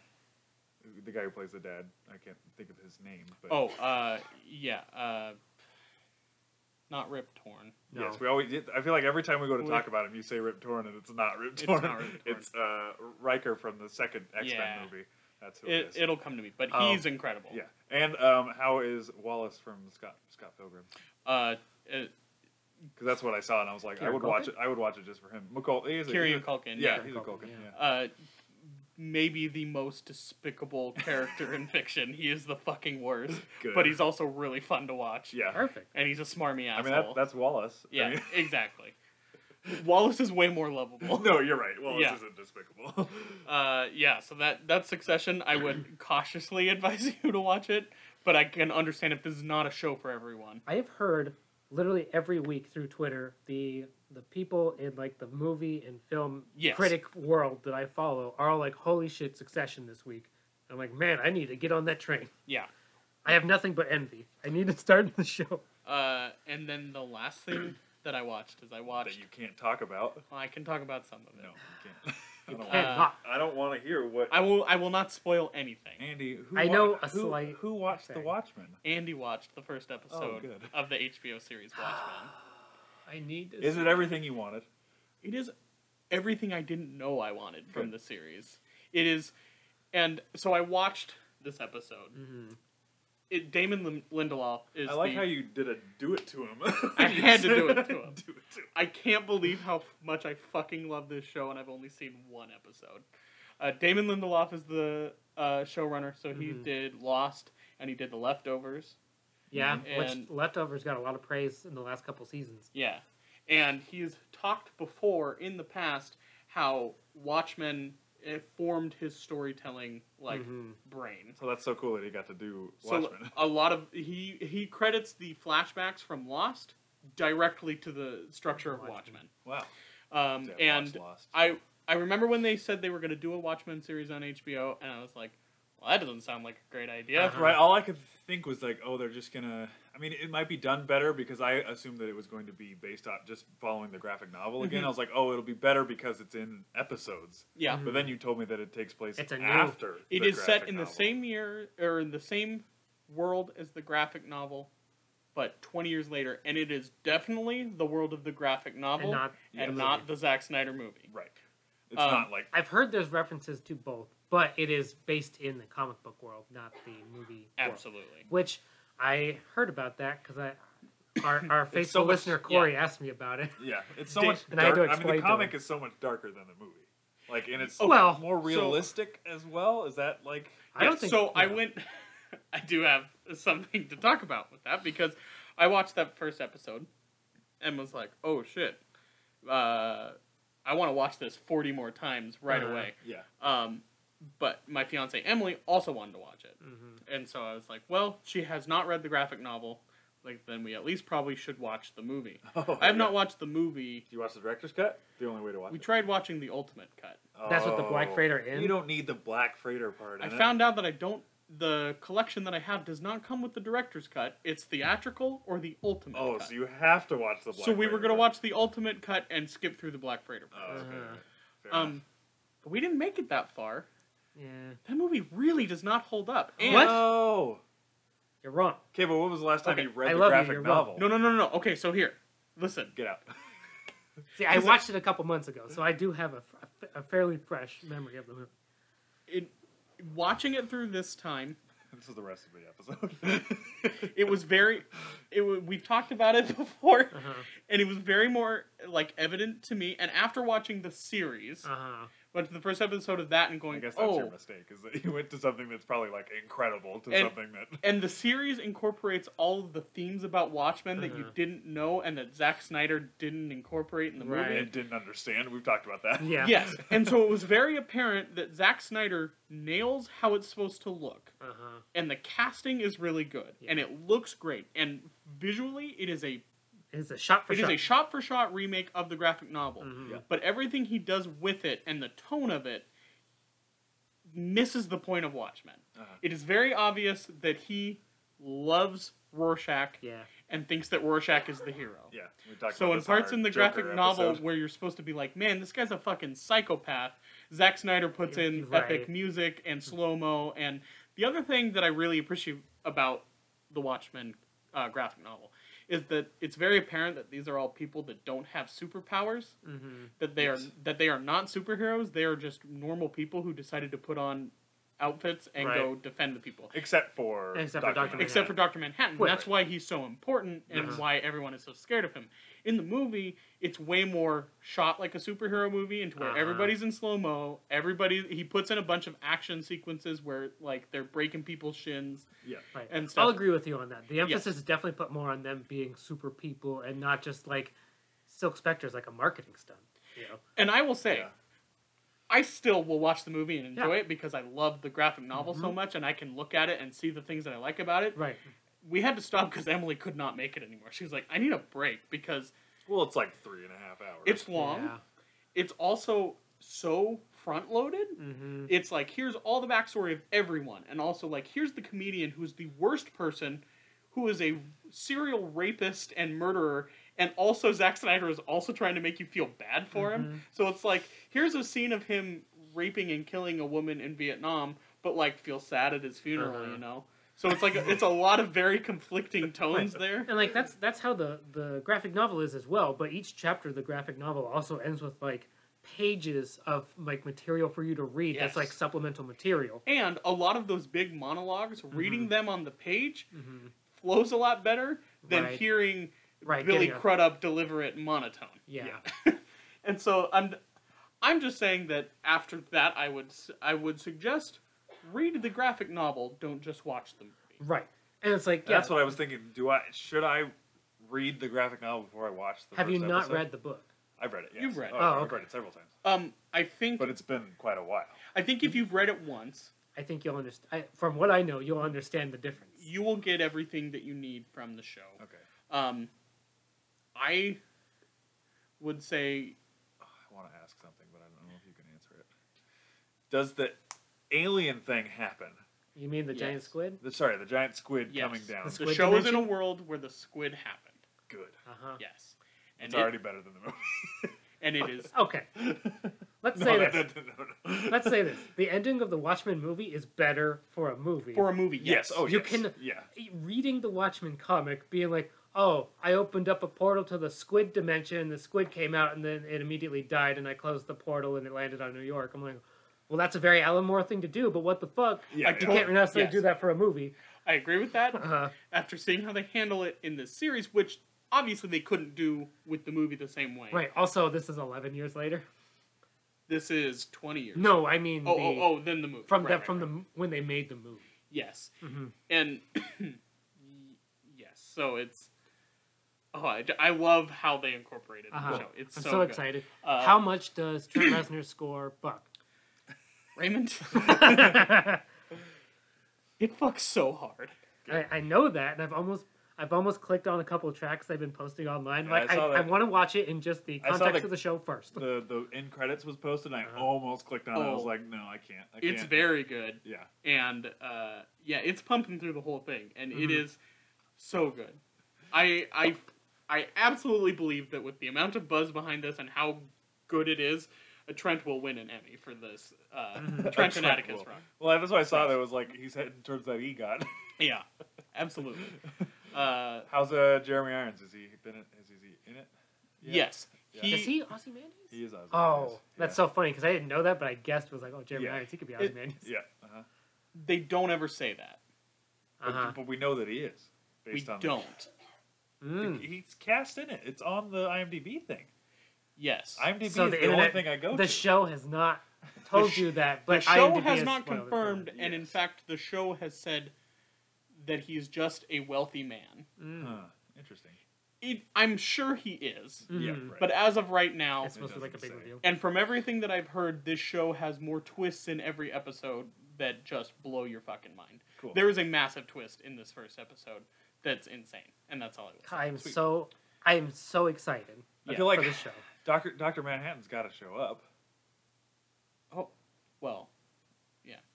C: the guy who plays the dad. I can't think of his name. But
A: oh, uh, yeah, uh, not Rip Torn.
B: No.
C: yes, we always. I feel like every time we go to
A: We-
C: talk about him, you say Rip Torn, and it's not Rip
A: It's
C: Torn.
A: not Rip Torn.
C: It's, uh, Riker from the second X Men
A: Yeah.
C: movie. That's who
A: It,
C: it is.
A: it'll come to me, but
B: Oh.
A: he's incredible.
C: Yeah, and um, how is Wallace from Scott Scott Pilgrim?
A: Uh, uh,
C: Because that's what I saw, and I was like, I
B: Kieran
C: would watch it. I would watch it just for him. McCall, he is a-
A: Kieran
C: he's a-
A: Culkin.
C: Yeah,
B: Kieran
C: he's a
B: Culkin,
C: Culkin.
B: yeah.
C: Yeah.
A: Uh, maybe the most despicable character in fiction. He is the fucking worst,
C: Good.
A: but he's also really fun to watch.
C: yeah.
B: Perfect.
A: And he's a smarmy
C: I
A: asshole.
C: mean, that, that's Wallace. I
A: yeah,
C: mean-
A: exactly. Wallace is way more lovable.
C: no, you're right. Wallace
A: Yeah.
C: isn't despicable.
A: Uh, yeah, so that that's Succession. I would cautiously advise you to watch it, but I can understand if this is not a show for everyone.
B: I have heard literally every week through Twitter the the people in like the movie and film
A: Yes.
B: critic world that I follow are all like, "Holy shit, Succession this week!" I'm like, "Man, I need to get on that train."
A: Yeah.
B: I have nothing but envy. I need to start the show.
A: Uh, and then the last thing that I watched is I
C: that
A: watched.
C: you can't talk about.
A: Well, I can talk about some of it.
C: No, you can't. I don't,
A: can't.
C: want,
B: And not-
C: I don't want to hear what
A: I will. I will not spoil anything.
C: Andy. Who
B: I
C: wa-
B: know a
C: who,
B: slight
C: Who watched The
B: thing.
C: Watchmen?
A: Andy watched the first episode
C: Oh, good.
A: of the HBO series Watchmen.
B: I need. To
C: Is
B: see-
C: it everything you wanted?
A: it is everything I didn't know I wanted from
C: Good.
A: the series. It is, and so I watched this episode.
B: Mhm.
A: It Damon Lin- Lindelof is.
C: I like
A: the,
C: how you did a do it to him.
A: I had to do it to
C: do
A: him.
C: it to him.
A: I can't believe how much I fucking love this show, and I've only seen one episode. Uh, Damon Lindelof is the uh, showrunner, so he
C: Mm-hmm.
B: Mhm.
A: did Lost and he did The Leftovers.
B: Yeah,
A: And-
B: which leftovers got a lot of praise in the last couple seasons.
A: Yeah, and he's talked before in the past how Watchmen it formed his storytelling like
C: Mm-hmm.
B: Mhm.
A: brain.
C: So that's so cool that he got to do
A: So
C: Watchmen.
A: a lot of he he credits the flashbacks from Lost directly to the structure of Watchmen.
B: Watchmen.
C: wow.
A: Um,
C: Yeah, Watch
A: and
C: Lost.
A: I I remember when they said they were going to do a Watchmen series on HBO, and I was like, well, that doesn't sound like a great idea.
B: Uh-huh.
C: Right. All I could think was like, oh, they're just gonna. I mean, it might be done better because I assumed that it was going to be based on just following the graphic novel again.
A: Mhm.
C: I was like, oh, it'll be better because it's in episodes.
A: Yeah.
B: Mhm.
C: But then you told me that it takes place
B: It's a new-
C: after.
A: It
C: the
A: is set
C: graphic
A: in the
C: novel.
A: same year or in the same world as the graphic novel, but 20 years later, and it is definitely the world of the graphic novel
B: And not.
A: and
C: Yes.
A: not the Zack Snyder movie.
C: Right. It's
A: Um,
C: not like
B: I've heard there's references to both, but it is based in the comic book world, not the movie. World.
A: Absolutely.
B: which I heard about that because I our, our faithful
C: so much-
B: listener Corey asked me about it.
C: yeah. It's so
A: Did-
C: much.
B: and I had to
C: Dark, I, mean,
B: explain
C: the
B: to
C: comic
B: him.
C: is so much darker than the movie. Like, and it's
B: Okay. Well,
C: more
A: so-
C: realistic as well. Is that like?
B: I
A: Yeah,
B: don't think
A: so. I
B: yeah.
A: went. I do have something to talk about with that because I watched that first episode and was like, "Oh shit, uh, I want to watch this forty more times right
B: Uh-huh.
A: away."
C: Yeah.
A: Um, but my fiance Emily also wanted to watch it,
B: Mhm.
A: and so I was like, "Well, she has not read the graphic novel, like then we at least probably should watch the movie.
C: Oh,
A: I have not
C: yeah.
A: watched the movie.
C: Do you watch the director's cut? The only way to watch
A: We
C: it.
A: tried watching the ultimate cut.
B: That's what the Black
C: Oh.
B: Freighter in.
C: You don't need the Black Freighter part.
A: I
C: in it.
A: found out that I don't. The collection that I have does not come with the director's cut. It's theatrical or the ultimate.
C: Oh,
A: cut.
C: so you have to watch the Black
A: So we were
C: Freighter
A: gonna
C: part.
A: watch the ultimate cut and skip through the Black Freighter.
C: Oh, okay.
B: Uh-huh.
C: Fair
A: Um, but we didn't make it that far.
B: Yeah,
A: That movie really does not hold up. And
C: enough. No.
B: you're wrong.
C: Oh, Okay, but when was the last time
A: Okay,
C: you read
B: I
C: the
B: love you,
C: graphic
B: you're wrong.
C: novel?
A: No, no, no, no, no. Okay, so here, listen.
C: Get out.
B: See, I
A: Is it-
B: watched it a couple months ago, so I do have a, f- a fairly fresh memory of the movie.
A: It, watching it through this time,
C: this is the rest of the episode.
A: it was very. It wa- we've talked about it before,
B: Uh huh.
A: and it was very more like evident to me. And after watching the series,
B: Uh huh.
A: went to the first episode of that and
C: I
A: going,
C: guess that's your
A: oh.
C: mistake, is that you went to something that's probably like incredible to
A: And-
C: something that.
A: And the series incorporates all of the themes about Watchmen that you
B: Uh-huh.
A: didn't know and that Zack Snyder didn't incorporate in the movie.
B: Right.
C: and didn't understand. We've talked about that.
B: Yeah.
A: Yes. And so it was very apparent that Zack Snyder nails how it's supposed to look.
B: Uh huh.
A: And the casting is really good. And
B: Yeah.
A: it looks great. And visually it is a
B: It's a shot for
A: it is
B: shot.
A: a shot for shot remake of the graphic novel.
B: Mhm.
C: Yeah.
A: But everything he does with it and the tone of it misses the point of Watchmen.
C: Uh-huh.
A: It is very obvious that he loves Rorschach
B: Yeah.
A: and thinks that Rorschach is the hero.
C: Yeah. We talked
A: So
C: about
A: in
C: this on our
A: parts in the
C: Joker
A: graphic novel
C: episode.
A: where you're supposed to be like, man, this guy's a fucking psychopath, Zack Snyder puts in
B: Right.
A: epic music and slow mo. And the other thing that I really appreciate about the Watchmen uh, graphic novel is that it's very apparent that these are all people that don't have superpowers.
B: Mm-hmm.
A: That they
C: Yes.
A: are that they are not superheroes. They are just normal people who decided to put on outfits and go
B: Right.
A: defend the people.
C: Except for.
B: Except for Dr.
A: Except for Dr. Manhattan.
B: Right.
A: That's why he's so important and
B: Yes.
A: why everyone is so scared of him. In the movie, it's way more shot like a superhero movie into where
B: Uh-huh.
A: everybody's in slow-mo. Everybody he puts in a bunch of action sequences where like they're breaking people's shins.
C: Yeah.
B: Right.
A: and
B: I'll
A: stuff.
B: agree with you on that. The emphasis is definitely put more on them being super people and not just like Silk Spectre's like a marketing stunt. You know?
A: And I will say,
C: Yeah.
A: I still will watch the movie and enjoy
B: Yeah. Mm-hmm.
A: it because I love the graphic novel so much and I can look at it and see the things that I like about it.
B: Right.
A: We had to stop because Emily could not make it anymore. She was like, I need a break because
C: Well, it's like three and a half hours.
A: it's long. It's also so front loaded
B: Yeah. Mm-hmm.
A: it's like here's all the backstory of everyone and also like here's the comedian who's the worst person who is a serial rapist and murderer and also Zack Snyder is also trying to make you feel bad for
B: Mm-hmm.
A: him so it's like here's a scene of him raping and killing a woman in Vietnam but like feel sad at his funeral
B: Uh-huh.
A: you know so it's like it's a lot of very conflicting tones there
B: And like that's that's how the the graphic novel is as well. But each chapter of the graphic novel also ends with like pages of like material for you to read.
A: Yes.
B: That's like supplemental material.
A: and a lot of those big monologs reading them on the page
B: Mm-hmm.
A: flows a lot better than
B: Right.
A: hearing
B: Right.
A: Billy
B: getting a-
A: Crudup deliver it in monotone
B: yeah.
C: Yeah.
A: And so I'm I'm just saying that after that I would s- I would suggest read the graphic novel, don't just watch the movie.
B: Right. And it's like yeah,
C: That's what I was thinking. Do I should I read the graphic novel before I watch the?
B: Have you
C: first
B: not
C: episode?
B: read the book?
C: I've read it. Yes.
A: You've read it.
C: Oh,
B: Oh,
C: I've
B: okay.
C: read it several times,
A: Um I think
C: but it's been quite a while.
A: I think if you've read it once,
B: I think you'll understand. From what I know, you'll understand the difference.
A: you will get everything that you need from the show.
C: Okay.
A: Um I would say
C: Oh, I want to ask something, but I don't know if you can answer it. Does the alien thing happen?
B: You mean the giant
A: Yes.
B: squid?
C: The, sorry, the giant squid
A: yes.
C: coming down.
B: The
A: The
B: squid
A: show is in a
B: dimension?
A: world where the squid happened.
C: Good.
B: Uh huh.
A: Yes. And
C: It's
A: it,
C: already better than the movie.
A: and it is
B: Okay. Let's
C: no,
B: say
C: that-
B: this.
C: that- no, no.
B: Let's say this. The ending of the Watchmen movie is better for a movie.
A: for a movie.
C: Yes.
A: Yes.
C: Oh,
B: You
C: yes.
B: can-
C: Yeah.
B: reading the Watchmen comic, being like, "Oh, I opened up a portal to the squid dimension. The squid came out, and then it immediately died. And I closed the portal, and it landed on New York." I'm like, "Well, that's a very Alan Moore thing to do, but what the fuck?
C: Yeah.
A: I
C: yeah.
B: You can't necessarily
A: Yes.
B: do that for a movie."
A: I agree with that.
B: Uh,
A: after seeing how they handle it in this series, which obviously they couldn't do with the movie the same way.
B: right. Also, this is 11 years later.
A: This is twenty years.
B: No, I mean
A: Oh,
B: the,
A: oh, oh, then the movie.
B: from
A: right,
B: the
A: right,
B: from
A: right.
B: the when they made the movie.
A: yes,
B: Mhm.
A: and y- yes. So it's oh, I, I love how they incorporated
B: Uh-huh.
A: the show. It's
B: I'm
A: so,
B: so,
A: good.
B: excited.
A: Uh,
B: How much does Trent Reznor score Buck?
A: Raymond,
B: I,
A: it fucks so hard.
B: I know that, and I've almost I've almost clicked on a couple of tracks they've been posting online.
C: Yeah,
B: like
C: I
B: I,
C: saw
B: I,
C: that.
B: want to watch it in just the
C: I saw
B: context
C: the-
B: of the show first.
C: The the end credits was posted. and I
B: Uh-huh.
C: almost clicked on. it. I was
A: Oh.
C: like, no, I can't. I
A: It's
C: can't.
A: very good,
C: yeah.
A: and uh, yeah, it's pumping through the whole thing, and it
B: Mhm.
A: is so good. I I I absolutely believe that with the amount of buzz behind this and how good it is, uh, Trent will win an Emmy for this. Uh,
B: Mhm.
A: Trent and
C: Trent
A: Atticus
C: will.
A: Rock.
C: Well, that's why I saw that. It was like he's heading towards that EGOT.
A: Yeah, absolutely. Uh,
C: How's uh, Jeremy Irons? Is he been? In, is, is he in it? Yeah.
A: Yes,
C: Yeah.
A: he,
B: Is he Ozymandias?
C: He is Ozymandias.
B: Oh, that's
C: yeah.
B: so funny because I didn't know that, but I guessed was like, oh, Jeremy
C: Yeah.
B: Irons, he could be
C: It-
B: Ozymandias.
C: Yeah. Uh-huh.
A: They don't ever say that.
C: But-
B: Uh-huh.
C: But, we know that he is. Based
A: we
C: on the-
A: don't.
B: Mm.
C: He's cast in it. It's on the IMDb thing.
A: Yes.
C: IMDb
B: So
C: is
B: the
C: the, only
B: internet-
C: thing I go
B: The
C: to.
B: show has not told
A: sh-
B: you that,
A: the
B: but
A: show
B: IMDb
A: has
B: has
A: not
B: spoiled it for
A: confirmed,
C: them.
A: and in
C: Yes.
A: fact, the show has said that he's just a wealthy man.
B: you. Mm.
C: Huh, interesting.
A: It, I'm sure he is,
C: Yeah,
B: Mhm.
C: right.
A: but as of right now,
B: It's supposed to be like a big
C: doesn't say.
B: reveal.
A: and from everything that I've heard, this show has more twists in every episode that just blow your fucking mind.
C: cool.
A: There is a massive twist in this first episode that's insane, and that's all I was.
B: I'm
C: Sweet.
B: so I am so excited
C: I
A: yeah,
C: feel like
B: for this show.
C: Doctor Doctor Manhattan's got to show up.
A: Oh, well,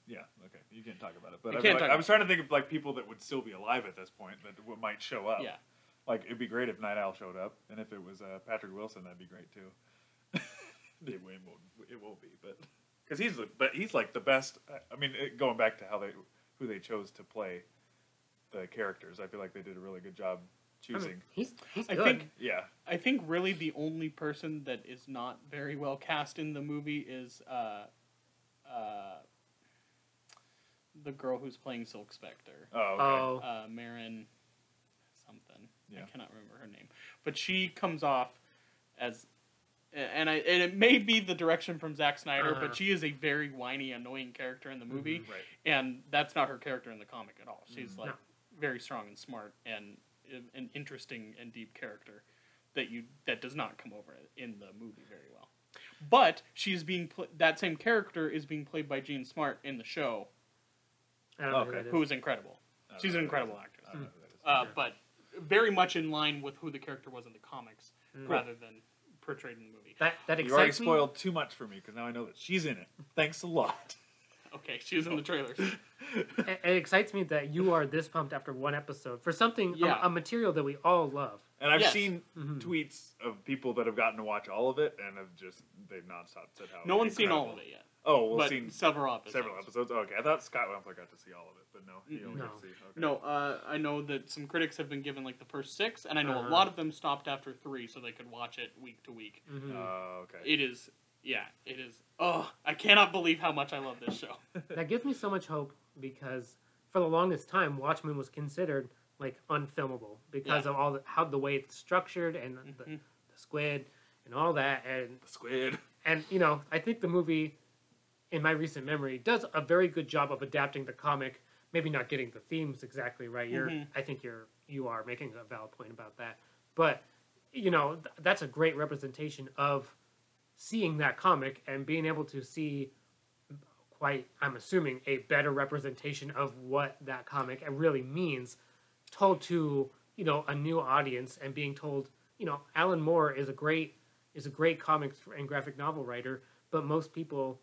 C: Yeah. Okay. You can't talk about it. But
A: You
C: I,
A: can't
C: mean, like,
A: talk
C: I was trying to think of like people that would still be alive at this point that w- might show up.
A: yeah.
C: Like it'd be great if Night Owl showed up, and if it was uh, Patrick Wilson, that'd be great too. it won't. It won't be, but because he's the but he's like the best. uh, I- I mean, it, going back to how they who they chose to play the characters, I feel like they did a really good job
B: I mean,
C: choosing.
B: he's he's
A: I
B: good.
A: think
C: yeah.
A: I think really the only person that is not very well cast in the movie is uh, uh, the girl who's playing Silk Spectre,
C: Oh. Okay.
B: Oh,
A: uh, Marin something.
C: Yeah.
A: I cannot remember her name, but she comes off as, and I and it may be the direction from Zack Snyder,
B: Uh-huh.
A: but she is a very whiny, annoying character in the movie,
C: Right.
A: and that's not her character in the comic at all. She's
C: Mhm.
A: like
B: No.
A: very strong and smart and i- an interesting and deep character that you that does not come over in the movie very well. But she's being pl- that same character is being played by Jean Smart in the show,
B: I don't know
C: okay.
B: who that is.
A: who is incredible.
C: I don't
A: She's
C: know
A: an
C: who that is.
A: incredible actress,
C: I don't know who that is.
A: uh,
B: Yeah.
A: but very much in line with who the character was in the comics,
B: Mm.
A: rather than portrayed in the movie.
B: that that
C: You already
B: excites me.
C: spoiled too much for me because now I know that she's in it. Thanks a lot.
A: Okay, she was in
C: Oh.
A: the trailers.
B: It, it excites me that you are this pumped after one episode for something a-
A: Yeah.
B: a, material that we all love.
C: And I've
A: Yes.
C: seen
B: Mhm.
C: tweets of people that have gotten to watch all of it and have just they've nonstop said how
A: No one's seen all of
C: incredible-
A: it yet,
C: Oh, well,
A: but
C: seen
A: several episodes.
C: several episodes. Oh, okay, I thought Scott Wampler got to see all of it, but no, he
A: Mm-mm.
C: only got
B: No.
C: to see. Okay.
A: No, uh, I know that some critics have been given like the first six, and I know a
B: Uh-huh.
A: lot of them stopped after three, so they could watch it week to week.
B: Mhm.
C: Oh, okay.
A: It is, yeah, it is. Oh, I cannot believe how much I love this show.
B: that gives me so much hope because for the longest time, Watchmen was considered like unfilmable because of all the, how the way it's structured and the,
C: Mm-hmm.
A: Mhm.
B: the squid and all that. And
C: The squid.
B: and you know, I think the movie, in my recent memory, does a very good job of adapting the comic. Maybe not getting the themes exactly right. You're,
A: Mhm.
B: I think you're, you are making a valid point about that. But you know, th- that's a great representation of seeing that comic and being able to see quite, I'm assuming, a better representation of what that comic really means, told to you know a new audience and being told, you know, Alan Moore is a great is a great comics and graphic novel writer, but most people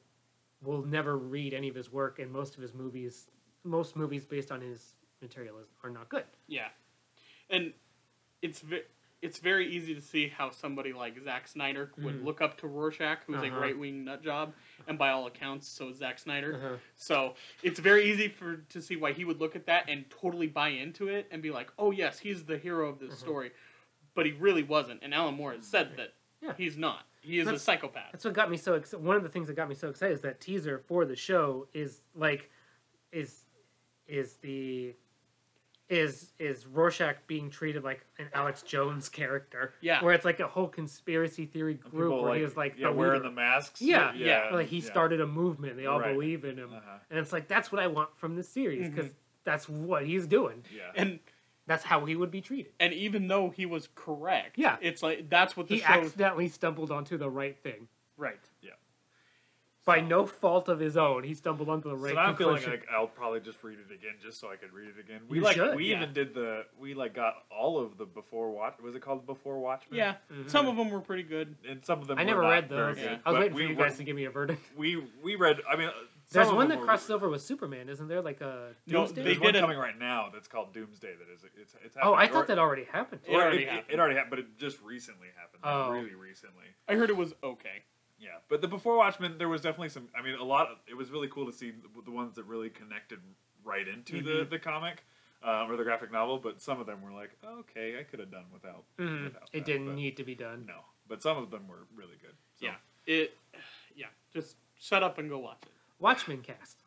B: will never read any of his work, and most of his movies, most movies based on his material is, are not good.
A: Yeah, and it's ve- it's very easy to see how somebody like Zack Snyder would
B: Mhm.
A: look up to Rorschach, who's
B: Uh-huh.
A: a right wing nut job, and by all accounts, so is Zack Snyder. So it's very easy for to see why he would look at that and totally buy into it and be like, "Oh yes, he's the hero of this
B: Mhm.
A: story," but he really wasn't. And Alan Moore has said that
B: Yeah.
A: he's not. He is a
B: That's-
A: psychopath.
B: That's what got me so excited. One of the things that got me so excited is that teaser for the show is like, is, is the, is is Rorschach being treated like an Alex Jones character?
A: Yeah.
B: where it's like a whole conspiracy theory
C: And
B: group
C: people,
B: where he is like
C: yeah,
B: the
C: wearing the
B: leader.
C: masks.
B: Yeah,
A: yeah,
B: like he
C: yeah.
B: started a movement. They all
C: Right.
B: believe in him,
C: Uh-huh. Mm-hmm.
B: and it's like that's what I want from this series because that's what he's doing.
C: Yeah.
A: And
B: That's how he would be treated.
A: and even though he was correct,
B: Yeah.
A: it's like that's what the
B: He Uh-huh.
A: show
B: accidentally stumbled onto the right thing.
A: right.
C: Yeah.
B: by no fault of his own, he stumbled onto the
C: So
B: right
C: I'm feeling
B: conclusion.
C: like I'll probably just read it again, just so I could read it again. We
B: You
C: like
B: should,
C: we
B: yeah.
C: even did the we like got all of the before watch. Was it called before Watchmen?
A: Yeah, some
B: Mm-hmm.
A: of them were pretty good.
C: and some of them
B: I
C: were
B: never
C: not
B: read
C: very
B: those.
C: good,
A: Yeah.
B: I was
C: but
B: waiting for
C: we
B: you
C: were-
B: guys to give me a verdict.
C: We we read. I mean, uh, some
B: There's
C: of
B: one
C: them
B: that
C: were-
B: crosses over with Superman, isn't there? Like a
A: No,
B: Doomsday.
A: they
C: There's one
A: did a-
C: coming right now that's called Doomsday. That is it's it's.
B: oh, I
C: happening.
B: thought
C: Or-
B: that already happened.
A: It already
C: it,
A: happened.
C: It, already happened, but it just recently happened. like,
B: Oh.
C: really recently.
A: I heard it was okay.
C: Yeah, but the before Watchmen, there was definitely some. I mean, a lot. Of, it was really cool to see the, the ones that really connected right into the
B: Mm-hmm.
C: the comic uh, or the graphic novel. But some of them were like, okay, I could have done without.
B: Mhm.
C: without
B: It
C: that,"
B: didn't
C: but
B: need to be done.
C: No, but some of them were really good. So,
A: Yeah, it. Yeah, just shut up and go watch it.
B: Watchmen cast.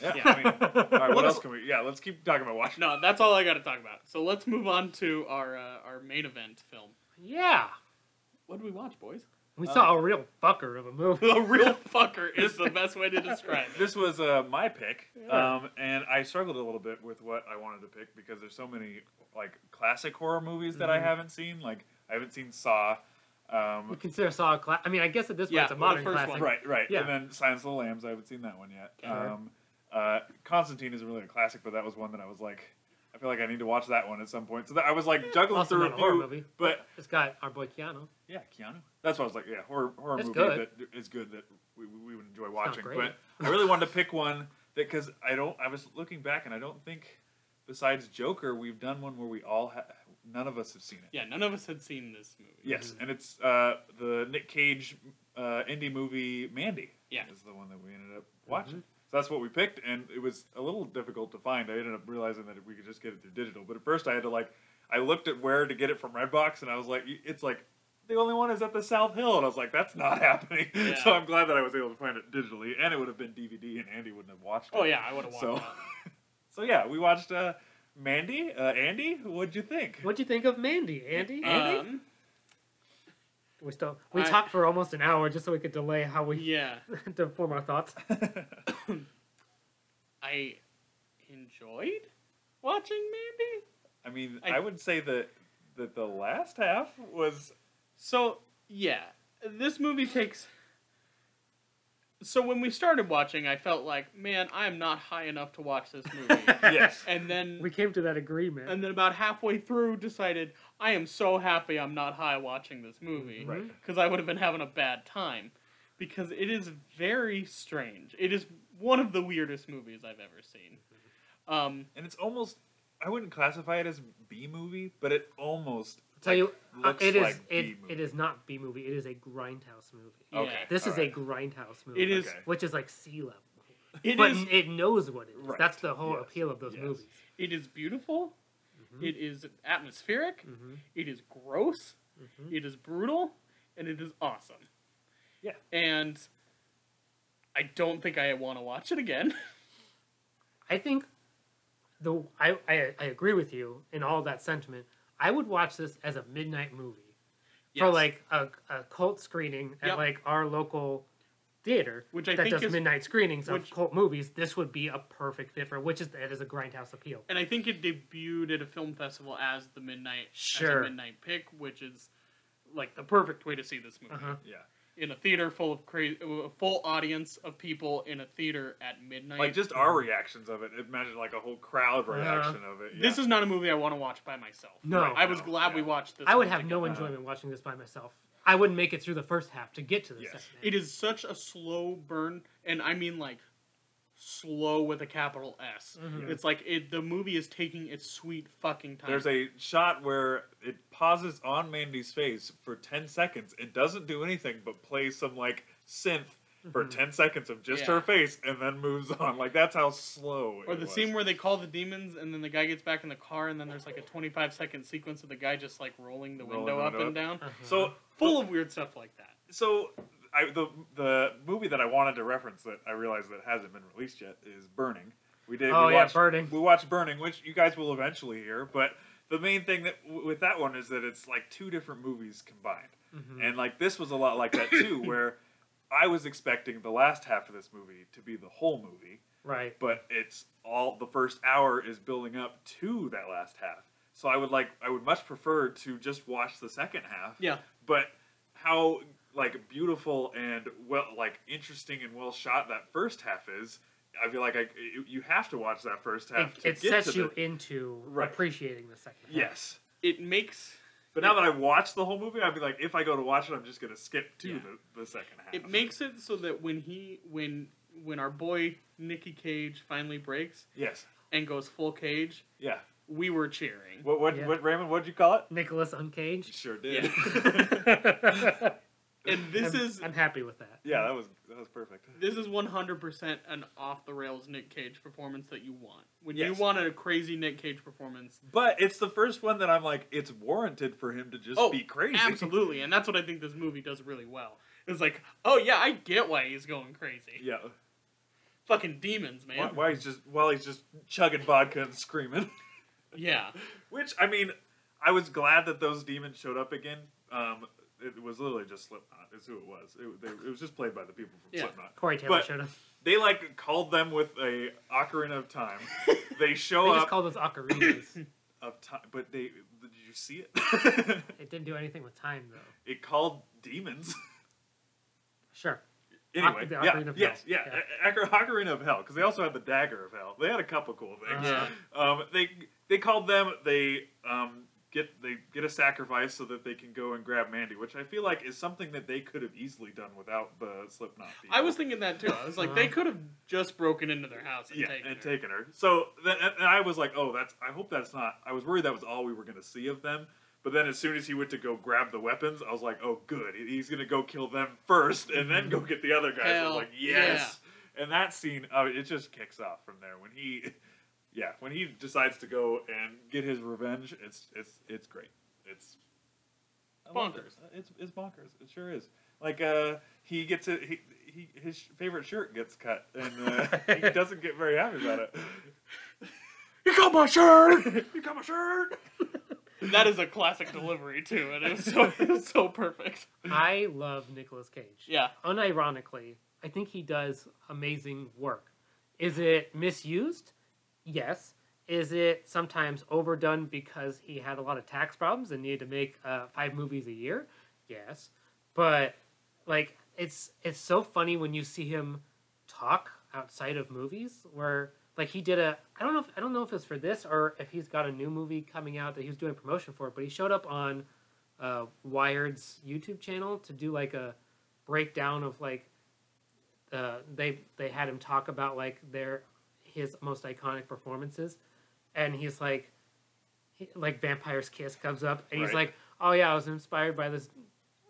C: yeah.
A: Yeah.
C: I mean, all right, what
A: Let's-
C: else can we? Yeah, let's keep talking about Watchmen.
A: No, that's all I got to talk about. So let's move on to our uh, our main event film.
B: Yeah,
A: What did we watch, boys?
B: we saw
C: Uh,
B: a real fucker of a movie.
A: The real fucker is the best way to describe it.
C: This was uh, my pick,
B: Yeah.
C: um, and I struggled a little bit with what I wanted to pick because there's so many like classic horror movies that
B: Mhm.
C: I haven't seen. Like I haven't seen Saw. Um,
B: We consider Saw a class. I mean, I guess at this point
A: Yeah,
B: it's a
A: the
B: modern
A: first
B: classic.
A: one.
C: Right, right.
B: Yeah.
C: And then Silence of the Lambs, I haven't seen that one yet.
B: Sure.
C: Um, uh, Constantine isn't really a classic, but that was one that I was like, I feel like I need to watch that one at some point. So that, I was like juggling
B: Also
C: through
B: not a
C: a
B: horror
C: few,
B: movie.
C: but
B: It's got our boy Keanu.
C: yeah, Keanu. That's what I was like, yeah, horror horror
B: That's
C: movie
B: good.
C: that is good that we, we we would enjoy watching.
B: great.
C: But I really wanted to pick one that because I don't, I was looking back and I don't think besides Joker, we've done one where we all ha- none of us have seen it.
A: Yeah, none of us had seen this movie.
C: Yes, and it's uh, the Nick Cage uh, indie movie Mandy.
A: Yeah. Mm-hmm.
C: is the one that we ended up watching. So that's what we picked, and it was a little difficult to find. I ended up realizing that we could just get it through digital, but at first I had to like, I looked at where to get it from Redbox, and I was like, it's like the only one is at the South Hill, and I was like, that's not happening.
A: Yeah.
C: So I'm glad that I was able to find it digitally, and it would have been DVD, and Andy wouldn't have watched it.
A: Oh yeah, I would have watched
C: So-
A: that.
C: So yeah, we watched uh, Mandy. Uh, Andy, what'd you think?
B: What'd you think of Mandy, Andy? Uh,
C: Andy?
A: Um,
B: we still we
A: I-
B: talked for almost an hour just so we could delay how we
A: yeah,
B: to form our thoughts.
A: I enjoyed watching Mandy.
C: I mean,
A: I-
C: I, would say that that the last half was
A: So yeah, this movie takes. So when we started watching, I felt like, man, I am not high enough to watch this movie.
C: yes.
A: and then
B: We came to that agreement.
A: and then about halfway through, decided I am so happy I'm not high watching this movie.
B: Right.
A: because I would have been having a bad time. Because it is very strange. It is one of the weirdest movies I've ever seen. Um,
C: And it's almost I wouldn't classify it as B movie, but it almost
B: tell you, uh,
C: looks
B: it is
C: like
B: it,
C: B-movie.
B: it is not B movie. It is a grindhouse movie.
A: yeah.
C: Okay.
B: This is
C: Alright.
B: a grindhouse movie.
A: It is.
C: Okay.
B: which is like sea level.
A: It
B: but
A: is.
B: it knows what it is.
C: Right.
B: That's the whole
C: Yes.
B: appeal of those
C: Yes.
B: movies.
A: It is beautiful. It is atmospheric.
B: Mm-hmm.
A: It is gross.
B: Mhm.
A: It is brutal, and it is awesome.
C: Yeah.
A: And I don't think I want to watch it again.
B: I think the I, I I agree with you in all that sentiment. I would watch this as a midnight movie for
A: Yes.
B: like a, a cult screening at
A: Yep.
B: like our local theater
A: Which I
B: that
A: think
B: does
A: is-
B: midnight screenings
A: which-
B: of cult movies. This would be a perfect fit for which is that is a grindhouse appeal.
A: and I think it debuted at a film festival as the midnight
B: Sure.
A: as a midnight pick, which is like the perfect way to see this movie.
B: Uh-huh.
C: yeah.
A: in a theater full of crazy, a full audience of people in a theater at midnight.
C: Like just our reactions of it. Imagine like a whole crowd
B: Uh-huh.
C: reaction of it.
A: this is not a movie I want to watch by myself.
B: No.
A: I was
C: No,
A: glad we
C: yeah.
A: watched this.
B: I would
A: one
B: have no
A: together.
B: enjoyment watching this by myself. I wouldn't make it through the first half to get to the
C: Yes.
B: second.
A: It is such a slow burn, and I mean like slow with a capital S.
B: Mhm.
A: It's like it, the movie is taking its sweet fucking time.
C: There's a shot where it pauses on Mandy's face for 10 seconds. It doesn't do anything but play some like synth for
B: Mm-hmm.
C: 10 seconds of just
A: Yeah.
C: her face and then moves on. Like that's how slow it
A: or the
C: was.
A: scene where they call the demons, and then the guy gets back in the car, and then there's like a 25 second sequence of the guy just like rolling the
C: Rolling
A: window
C: the
A: up
C: window
A: and down,
B: Uh-huh.
C: So
A: full of weird stuff like that.
C: so I, the the movie that I wanted to reference that I realized that hasn't been released yet is Burning. We did.
B: Oh,
C: we
B: yeah,
C: watched,
B: Burning.
C: We watched Burning, which you guys will eventually hear. But the main thing that w- with that one is that it's like two different movies combined,
B: Mm-hmm.
C: and like this was a lot like that too, where I was expecting the last half of this movie to be the whole movie,
B: right.
C: but it's all the first hour is building up to that last half. So I would like I would much prefer to just watch the second half
A: Yeah.
C: but how like beautiful and well, like interesting and well shot that first half is. I feel like I you- you have to watch that first
B: It,
C: half. to
B: it
C: get
B: sets
C: to
B: you
C: The,
B: into
C: Right.
B: appreciating the second. half.
C: yes,
A: It makes
C: but now that I watched the whole movie, I'd be like, if I go to watch it, I'm just gonna skip to
A: Yeah.
C: the, the second half.
A: it makes it so that when he when when our boy Nicky Cage finally breaks
C: yes,
A: and goes full cage,
C: yeah.
A: we were cheering.
C: What what
B: Yeah.
C: what Raymond? What'd you call it?
B: Nicholas Uncaged.
C: Sure did.
A: And this
B: I'm,
A: is
B: I'm happy with that.
C: yeah, that was that was perfect.
A: this is 100% an off the rails Nick Cage performance that you want. When
C: Yes.
A: you want a crazy Nick Cage performance,
C: But it's the first one that I'm like, it's warranted for him to just
A: Oh,
C: be crazy.
A: absolutely. And that's what I think this movie does really well. It's like, oh yeah, I get why he's going crazy.
C: Yeah.
A: Fucking demons, man.
C: Why, why he's just while he's just chugging vodka and screaming.
A: Yeah.
C: Which I mean, I was glad that those demons showed up again. Um, it was literally just Slipknot. Is who it was. It, they, it was just played by the people from
A: Yeah.
C: Slipknot.
B: Corey Taylor
C: But
B: showed up.
C: They like called them with a ocarina of time. they
B: They
C: show
B: just
C: up
B: called those ocarinas.
C: of time, but they did you see it?
B: it didn't do anything with time though.
C: it called demons.
B: Sure.
C: Anyway,
B: the
C: yeah,
B: Ocarina of
C: yes,
B: Hell.
C: yeah, A- Ocar- Ocarina of Hell, because they also had the Dagger of Hell. They had a couple cool things.
A: Uh-huh.
C: Um, they they called them. They um, get they get a sacrifice so that they can go and grab Mandy, which I feel like is something that they could have easily done without the Slipknot. People.
A: I was thinking that too. I was like, they
B: Uh-huh.
A: could have just broken into their house and
C: yeah,
A: taken
C: and
A: her.
C: taken her. So then, and- and I was like, oh, that's. I hope that's not. I was worried that was all we were going to see of them. But then, as soon as he went to go grab the weapons, I was like, oh, good. He- He's going to go kill them first, and then go get the other guys. I was
A: Mm-hmm. Hell,
C: like, yes. And that scene, uh, it just kicks off from there when he, yeah, when he decides to go and get his revenge. It's it's it's great. It's I love it. Uh,
A: Bonkers.
C: It's it's bonkers. It sure is. Like uh, he gets it. He, he his favorite shirt gets cut, and uh, he doesn't get very happy about it.
A: You got my shirt.
C: You got my shirt.
A: that is a classic delivery too, and it was so it was so perfect.
B: I love Nicolas Cage.
A: Yeah.
B: Unironically, I think he does amazing work. Is it misused? Yes. Is it sometimes overdone because he had a lot of tax problems and needed to make uh, five movies a year? Yes. But like it's it's so funny when you see him talk outside of movies where like he did a I don't know if I don't know if it's for this or if he's got a new movie coming out that he was doing promotion for, but he showed up on uh, Wired's YouTube channel to do like a breakdown of like uh, they they had him talk about like their his most iconic performances, and he's like, he, like Vampire's Kiss comes up, and he's
C: Right.
B: like, oh yeah, I was inspired by this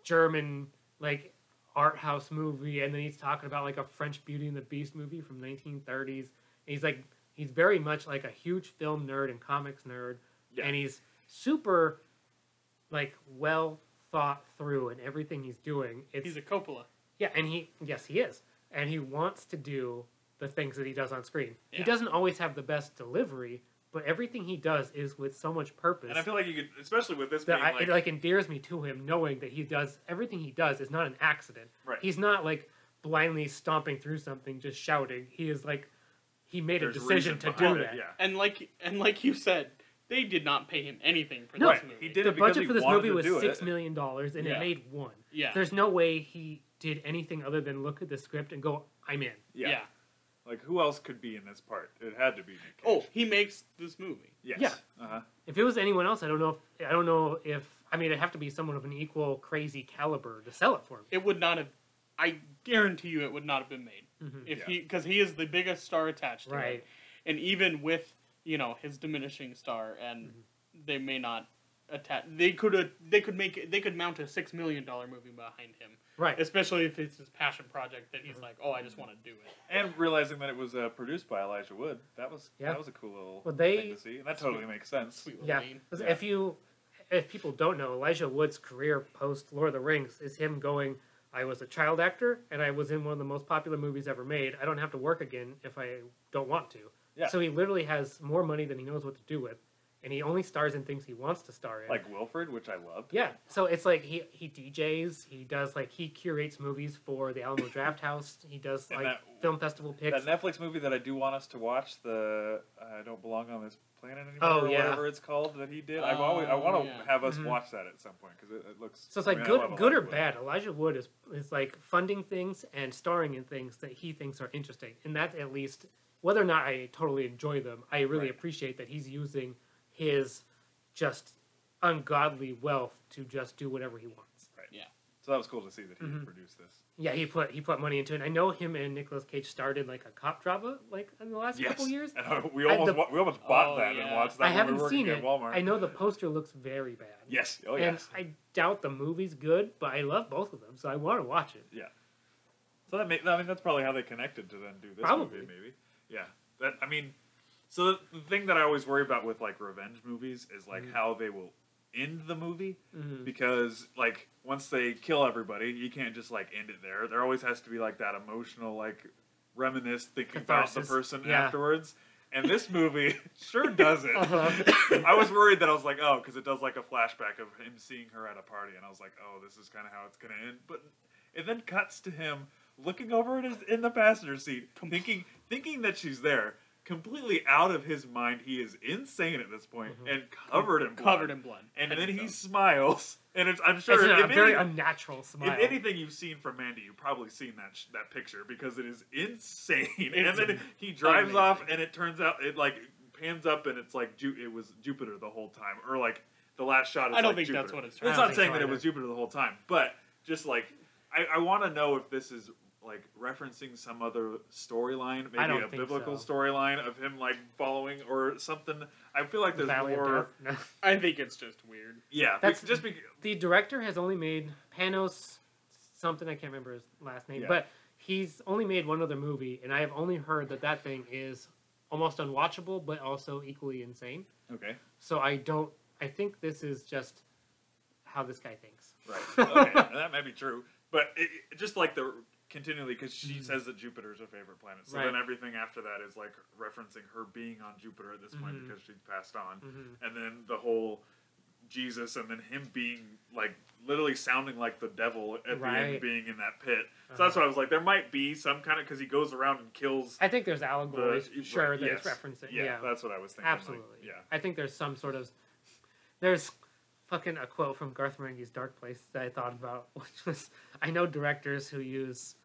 B: German like art house movie, and then he's talking about like a French Beauty and the Beast movie from 1930s, and he's like, he's very much like a huge film nerd and comics nerd,
C: Yeah.
B: and he's super like well thought through in everything he's doing. It's
A: He's a Coppola.
B: yeah, and he yes he is, and he wants to do the things that he does on screen. He
A: Yeah.
B: doesn't always have the best delivery, but everything he does is with so much purpose
C: And I feel like you could, especially with this being
B: that I,
C: like,
B: it like endears me to him, knowing that he does everything he does is not an accident.
C: Right.
B: He's not like blindly stomping through something just shouting. He is like he made
C: there's
B: a decision
C: reason
B: to do
C: behind it,
B: that.
C: Yeah.
A: And like and like you said, they did not pay him anything for
B: No,
A: this
C: Right,
A: movie.
C: he did
B: The
C: it because
B: budget
C: he
B: for this
C: wanted
B: movie
C: to
B: was
C: do
B: six
C: it.
B: million dollars, and
A: Yeah.
B: it made one.
A: Yeah.
B: There's no way he did anything other than look at the script and go, "I'm in."
A: yeah.
C: yeah. Like who else could be in this part? It had to be Nick Cage.
A: Oh, he makes this movie.
C: yes.
B: yeah.
C: Uh-huh.
B: If it was anyone else, I don't know. If, I don't know if I mean it'd have to be someone of an equal crazy caliber to sell it for me.
A: It would not have I guarantee you it would not have been made.
B: Mhm.
A: If
C: Yeah.
A: he cuz he is the biggest star attached to
B: Right.
A: it. And even with, you know, his diminishing star and
B: Mm-hmm.
A: they may not attach they could have they could make they could mount a 6 million dollar movie behind him.
B: Right.
A: Especially if it's his passion project that
B: Mm-hmm.
A: he's like, "Oh, I just want to do it."
C: And realizing that it was uh, produced by Elijah Wood, that was
B: Yeah.
C: that was a cool little
B: Well, they-
C: thing to see, and that totally makes sense.
A: Sweet little
B: yeah.
A: lean.
B: 'Cause
C: Yeah.
B: If you, if people don't know, Elijah Wood's career post Lord of the Rings is him going. I was a child actor, and I was in one of the most popular movies ever made. I don't have to work again if I don't want to.
C: Yeah.
B: So he literally has more money than he knows what to do with, and and he only stars in things he wants to star in.
C: Like Wilfred, which I loved.
B: yeah, so it's like he he DJs, he does like he curates movies for the Alamo Draft House. He does
C: And
B: like
C: that-
B: film festival picks.
C: That Netflix movie that I do want us to watch, the uh, I don't belong on this planet anymore,
B: Oh,
C: or
B: yeah.
C: whatever it's called that he did. I've
A: Oh,
C: always I want to
A: yeah.
C: have us
B: Mhm.
C: watch that at some point because it, it looks.
B: so it's
C: I
B: like
C: mean, I love
B: good good or
C: Hollywood.
B: bad. Elijah Wood is is like funding things and starring in things that he thinks are interesting, and that at least whether or not I totally enjoy them, I really
C: Right.
B: appreciate that he's using his just ungodly wealth to just do whatever he wants.
C: So that was cool to see that he
B: Mhm.
C: produced this.
B: Yeah, he put he put money into it. I know him and Nicolas Cage started like a cop drama like in the last couple years.
C: And I- we
B: I- the-
C: almost wa- we almost bought
A: Oh,
C: that and
A: yeah.
C: watched
B: I
C: that. when we
B: haven't
C: were working
B: seen
C: at
B: it.
C: Walmart.
B: I know the poster looks very bad.
C: Yes. Oh yes.
B: And I doubt the movie's good, but I love both of them, so I want to watch it.
C: So that may, I mean that's probably how they connected to then do this
B: Probably.
C: movie maybe. Yeah. That I mean so the, the thing that I always worry about with like revenge movies is like
B: Mhm.
C: how they will end the movie
B: Mhm.
C: because like once they kill everybody, you can't just like end it there. There always has to be like that emotional like reminisce thinking about
B: Catharsis.
C: the person
B: Yeah.
C: afterwards. And this movie sure does it.
B: Uh-huh.
C: I was worried that I was like, oh, because it does like a flashback of him seeing her at a party, and I was like, oh, this is kind of how it's gonna end. But it then cuts to him looking over at his in the passenger seat, thinking thinking that she's there, completely out of his mind. He is insane at this point
B: Mhm.
C: and covered in blood.
A: covered in blood.
C: And
A: Head
C: then
A: to
C: he
A: toe.
C: smiles, and it's, I'm sure
B: It's a
C: if,
B: very
C: any,
B: unnatural smile.
C: if anything you've seen from Mandy, you've probably seen that sh- that picture because it is insane. and
A: It's
C: then he drives
A: amazing.
C: off, and it turns out it like pans up, and it's like Ju- it was Jupiter the whole time, or like the last shot. Is
A: I don't
C: like,
A: think
C: Jupiter.
A: that's what it's
B: I
C: It's
B: don't
C: not
B: think
C: saying
B: so
C: that it
B: either.
C: was Jupiter the whole time, but just like I, I want to know if this is like referencing some other storyline,
B: I
C: maybe
B: don't
C: a
B: think
C: biblical
B: so.
C: storyline of him like following or something. I feel like
B: The
C: there's
B: Valley of
C: more.
B: Death. No.
A: I think it's just weird.
C: Yeah,
B: That's-
C: that's just because.
B: the director has only made Panos something I can't remember his last name,
C: Yeah.
B: but he's only made one other movie, and I have only heard that that thing is almost unwatchable, but also equally insane.
C: Okay.
B: So I don't. I think this is just how this guy thinks.
C: Right. Okay, that might be true, but it, it- just like the continually, because she
B: Mhm.
C: says that Jupiter's her favorite planet, so
B: Right.
C: then everything after that is like referencing her being on Jupiter at this point
B: Mhm.
C: because she's passed on,
B: Mhm.
C: and then the whole Jesus, and then him being like literally sounding like the devil at the
B: Right.
C: end, being in that pit. So that's
B: Uh-huh.
C: why I was like, there might be some kind of because he goes around and kills.
B: I think there's allegory,
C: The-
B: sure,
C: right,
B: that it's
C: yes.
B: referencing.
C: Yeah,
B: Yeah,
C: that's what I was thinking. like,
B: absolutely.
C: yeah.
B: I think there's some sort of there's fucking a quote from Garth Marenghi's Dark Place that I thought about, which was I know directors who use.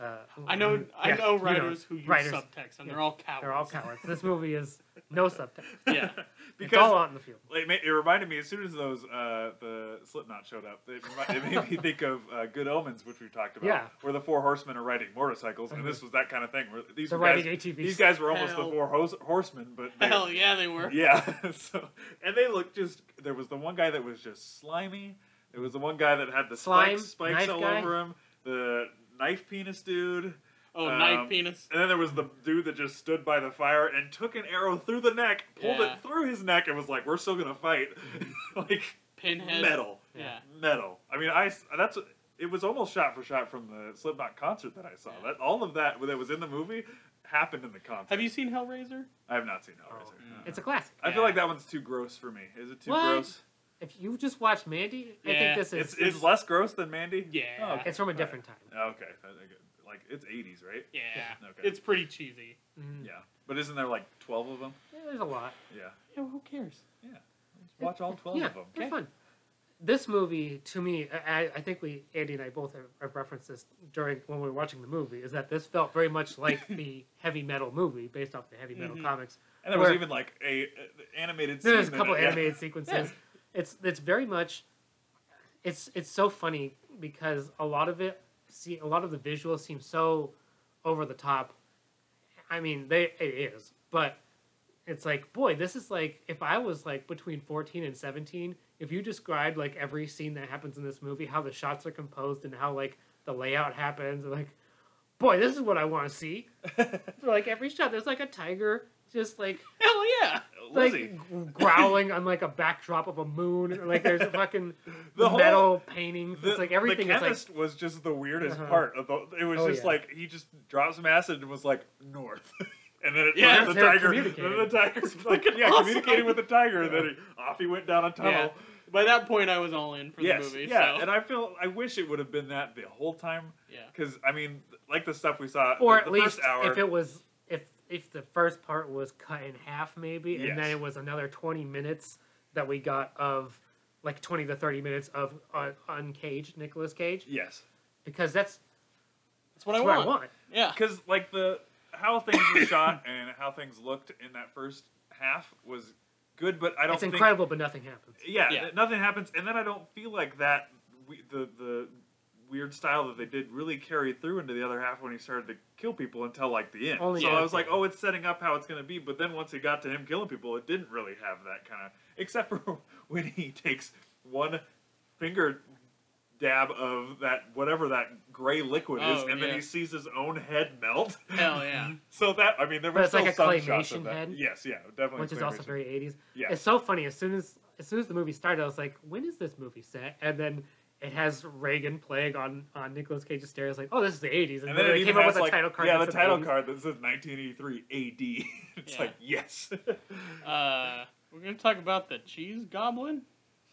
B: Uh,
A: I know. I
B: yeah,
A: know
B: you
A: writers who use
B: writers.
A: subtext, and
B: Yeah.
A: they're all cowards.
B: They're all cowards. This movie is no subtext.
A: Yeah.
B: it's all out in the field.
C: It, ma- it reminded me as soon as those uh, the Slipknot showed up. It, remi- it made me think of uh, Good Omens, which we talked about,
B: Yeah.
C: where the four horsemen are riding motorcycles, and
B: Mhm.
C: this was that kind of thing. Where these
B: They're
C: were guys,
B: riding ATVs.
C: these guys were almost
A: Hell.
C: the four hos- horsemen, but they,
A: Hell yeah, they were.
C: yeah. so and they looked just. There was the one guy that was just slimy. There was the one guy that had the
B: Slime,
C: spikes, spikes
B: knife
C: all
B: guy.
C: over him. The knife penis dude.
A: Oh,
C: Um,
A: knife penis.
C: And then there was the dude that just stood by the fire and took an arrow through the neck, pulled
A: Yeah.
C: it through his neck, and was like, "We're still gonna fight." like
A: Pinhead.
C: metal,
A: Yeah.
C: metal. I mean, I that's it was almost shot for shot from the Slipknot concert that I saw.
A: Yeah.
C: That all of that that was in the movie happened in the concert.
A: Have you seen Hellraiser?
C: I have not seen
B: Oh,
C: Hellraiser.
A: mm.
C: No.
B: It's a classic.
C: I feel like that one's too gross for me. Is it too
B: What?
C: gross?
B: If you just watch Mandy, I
A: Yeah,
B: think this
C: It's,
B: is
C: it's less gross than Mandy.
A: Yeah.
C: Oh, okay.
B: it's from a different time.
C: Okay. Like it's 80s, right?
A: Yeah.
C: Okay.
A: It's pretty cheesy.
B: Mhm.
C: Yeah. But isn't there like 12 of them?
B: Yeah, there's a lot.
C: Yeah.
A: Yeah, who cares?
C: Watch all 12
B: Yeah,
C: of them.
B: they're
A: okay?
B: fun. This movie, to me, I, I- I think we Andy and I both have, have referenced this during when we were watching the movie. Is that this felt very much like the heavy metal movie based off the heavy metal
A: Mhm.
B: comics.
C: And there was
B: Where-
C: even like a, a animated.
B: No, there's a
C: scene in
B: couple
C: it, yeah.
B: animated sequences. It's it's very much it's it's so funny because a lot of it see a lot of the visuals seem so over the top. I mean, they it is, but it's like, boy, this is like if I was like between 14 and 17, if you described like every scene that happens in this movie, how the shots are composed and how like the layout happens, and like, boy, this is what I want to see. For like every shot, there's like a tiger just like
A: Hell yeah.
B: like
C: Lizzie,
B: g- growling on like a backdrop of a moon. or, Like there's a fucking
C: The whole-
B: metal painting.
C: the,
B: it's like everything
C: the
B: is like
C: chemist was just the weirdest
B: Uh-huh.
C: part of the. It was
B: Oh,
C: just
B: yeah.
C: like he just dropped some acid and was like north. and then it
A: Yeah,
C: yeah, the
B: that's how it
C: tiger.
B: communicated.
C: Then the tiger's like, yeah,
A: awesome.
C: communicating with the tiger, and then it, off he went down a tunnel.
A: Yeah. By that point, I was all in for
C: Yes,
A: the movie.
C: yeah,
A: so,
C: and I feel I wish it would have been that the whole time
A: yeah.
C: because I mean, like the stuff we saw,
B: or
C: the,
B: at
C: the
B: least
C: first hour,
B: if it was if if the first part was cut in half maybe and
C: Yes.
B: then it was another 20 minutes that we got of like 20 to 30 minutes of un- uncaged Nicolas Cage
C: yes,
B: because that's,
A: That's what,
B: that's
A: I,
B: what
A: want.
B: I want.
A: Yeah.
C: because like the how things were shot and how things looked in that first half was good, but I don't
B: It's
C: think
B: incredible but nothing happens.
C: yeah,
A: Yeah.
C: nothing happens, and then I don't feel like that we, the the weird style that they did really carried through into the other half when he started to kill people until like the end.
B: Only
C: so
B: at
C: I
B: the
C: was like,
B: end.
C: oh, it's setting up how it's going to be, but then once he got to him killing people, it didn't really have that kind of except for when he takes one finger dab of that whatever that gray liquid is
A: Oh,
C: and
A: yeah.
C: then he sees his own head melt
A: Hell yeah.
C: so that i mean there
B: But
C: was
B: it's like
C: still
B: a
C: some shots
B: claymation
C: of that
B: head,
C: yes yeah definitely
B: Which is also
C: claymation.
B: very 80s.
C: yeah
B: It's so funny. As soon as as soon as the movie started, I was like, "When is this movie set?" And then it has Reagan playing on on Nicolas Cage's stairs, like, "Oh, this is the '80s." And,
C: And
B: then,
C: then it
B: they
C: even
B: came up
C: has
B: with a
C: like,
B: title card.
C: yeah,
B: that
C: the
B: said
C: title
B: 80s.
C: card that says 1983 AD. It's
A: Yeah.
C: like yes,
A: Uh, we're going to talk about the cheese goblin.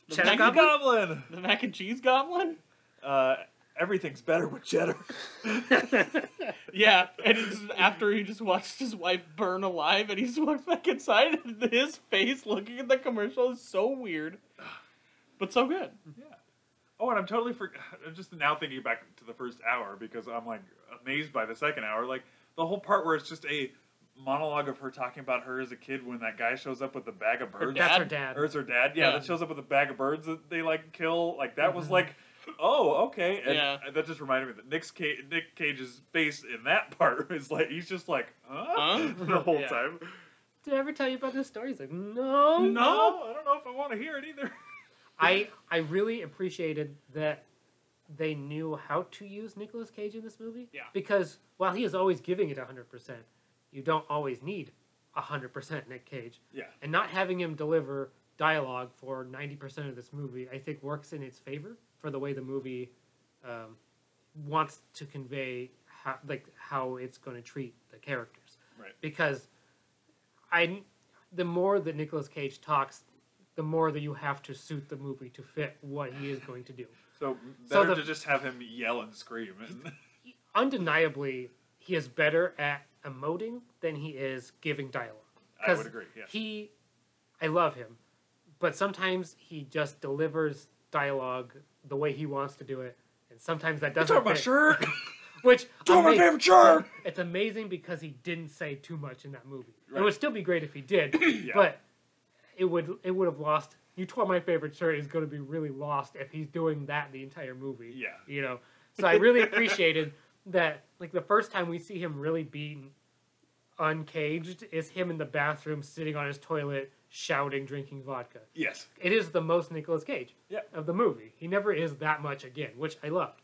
A: The
B: Cheddar
A: mac-
C: Cheddar Goblin.
A: The mac and cheese goblin?
C: Uh, everything's better with cheddar.
A: Yeah, and it's after he just watched his wife burn alive, and he just walks back inside, and his face looking at the commercial is so weird, but so good.
C: oh, and I'm totally for. I'm just now thinking back to the first hour because I'm like amazed by the second hour. Like the whole part where it's just a monologue of her talking about her as a kid when that guy shows up with the bag of birds.
B: That's her
A: Dad?
B: dad.
C: Or it's her dad. Yeah,
A: Yeah.
C: that shows up with a bag of birds that they like kill. Like that was
B: Mhm.
C: like, oh okay. And
A: Yeah.
C: that just reminded me that Nick's Ca- Nick Cage's face in that part is like he's just like huh,
A: Huh?
C: the whole
A: Yeah.
C: time.
B: Did I ever tell you about this story? He's like, Oh, "No,
C: No, I don't know if I want to hear it either.
B: I I really appreciated that they knew how to use Nicolas Cage in this movie.
A: Yeah.
B: Because while he is always giving it 100%, you don't always need 100% Nick Cage.
C: Yeah.
B: And not having him deliver dialogue for 90% of this movie, I think, works in its favor for the way the movie um, wants to convey how, like how it's going to treat the characters.
C: Right.
B: Because I, the more that Nicolas Cage talks, the more that you have to suit the movie to fit what he is going to do.
C: So
B: So
C: better
B: the-
C: to just have him yell and scream. And,
B: Undeniably, he is better at emoting than he is giving dialogue.
C: I
B: 'Cause
C: would agree. Yeah.
B: He, I love him, but sometimes he just delivers dialogue the way he wants to do it, and sometimes that doesn't. fit.
C: shirt.
B: Which
C: Talking about
B: amazing-
C: damn shirt!
B: It's amazing because he didn't say too much in that movie. It
C: Right.
B: would still be great if he did,
C: Yeah.
B: but it would it would have lost. You tore my favorite shirt is going to be really lost if he's doing that the entire movie.
C: Yeah.
B: you know. So I really appreciated that. Like the first time we see him really beaten, uncaged, is him in the bathroom sitting on his toilet shouting, drinking vodka.
C: Yes.
B: It is the most Nicolas Cage
C: Yeah.
B: of the movie. He never is that much again, which I loved.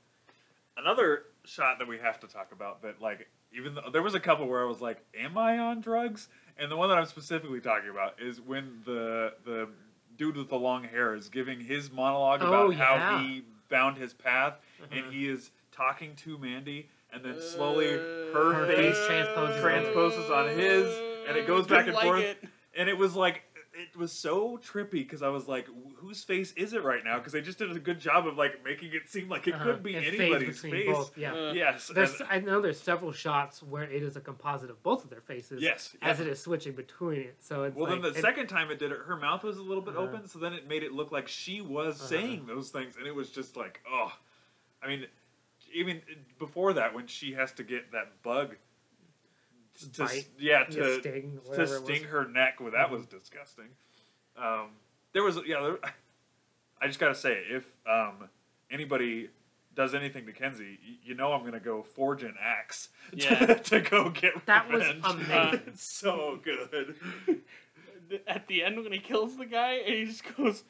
C: Another shot that we have to talk about that, like, even though there was a couple where I was like, "Am I on drugs?" And the one that I'm specifically talking about is when the the dude with the long hair is giving his monologue
B: Oh,
C: about how
B: yeah. Mm-hmm.
C: he found his path, and he is talking to Mandy, and
A: Uh,
C: then slowly her,
B: Her
C: face
B: face transposes
C: transposes on his, and it goes back
A: Didn't
C: and
A: like
C: forth.
A: it.
C: and it was like it was so trippy because I was like, "Wh- whose face is it right now? Because they just did a good job of like making it seem like it
B: Uh-huh.
C: could be
B: It fades
C: anybody's
B: between
C: face.
B: both, yeah.
A: Uh,
C: Yes, and-
B: There's, I know there's several shots where it is a composite of both of their faces.
C: Yes,
B: as
C: yeah.
B: it is switching between it. So it's
C: well,
B: like,
C: then the
B: it-
C: second time it did it, her mouth was a little bit
B: Uh-huh.
C: open, so then it made it look like she was
B: Uh-huh.
C: saying those things, and it was just like, oh, I mean, even before that, when she has to get that bug t- to, s-
B: Bite,
C: yeah,
B: the
C: to
B: sting,
C: to
B: whatever it was. Mm-hmm.
C: sting her neck. Well, that was disgusting. Um, there was yeah. There, I just gotta say, if um, anybody does anything to Kenzie, y- you know I'm gonna go forge an axe
A: Yeah.
C: to, to go get
B: That was
C: revenge.
B: amazing.
C: It's so good.
A: At the end, when he kills the guy, and he just goes,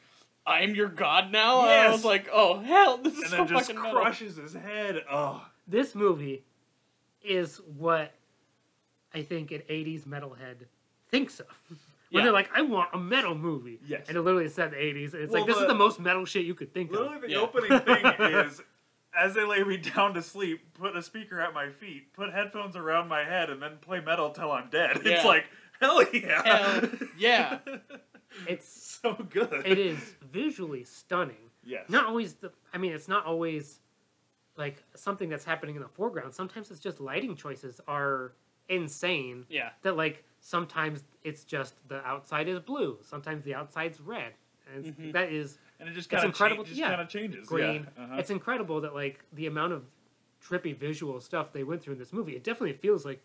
A: "I'm your god now." I
C: Yes.
A: was like, "Oh hell, this is
C: And
A: so
C: then just
A: fucking metal."
C: crushes his head. Oh,
B: this movie is what I think an '80s metalhead thinks of. When
A: Yeah.
B: they're like, I want a metal movie.
C: Yes.
B: And it literally said the 80s. And it's
C: Well,
B: like, this
C: the-
B: is the most metal shit you could think of.
C: literally the
A: Yeah.
C: opening thing is as they lay me down to sleep, put a speaker at my feet, put headphones around my head, and then play metal till I'm dead.
A: Yeah.
C: It's like hell yeah,
A: Hell yeah.
B: It's
C: so good.
B: it is visually stunning.
C: Yes.
B: Not always the. I mean, it's not always like something that's happening in the foreground. Sometimes it's just lighting choices are insane.
A: Yeah.
B: That like sometimes it's just the outside is blue. Sometimes the outside's red. And it's-
A: Mhm.
B: that is
C: and it just
B: it's
C: kind of
B: incredible-
C: changes. just
B: yeah.
C: kind of changes.
B: green.
C: Yeah. Uh-huh.
B: It's incredible that like the amount of trippy visual stuff they went through in this movie. It definitely feels like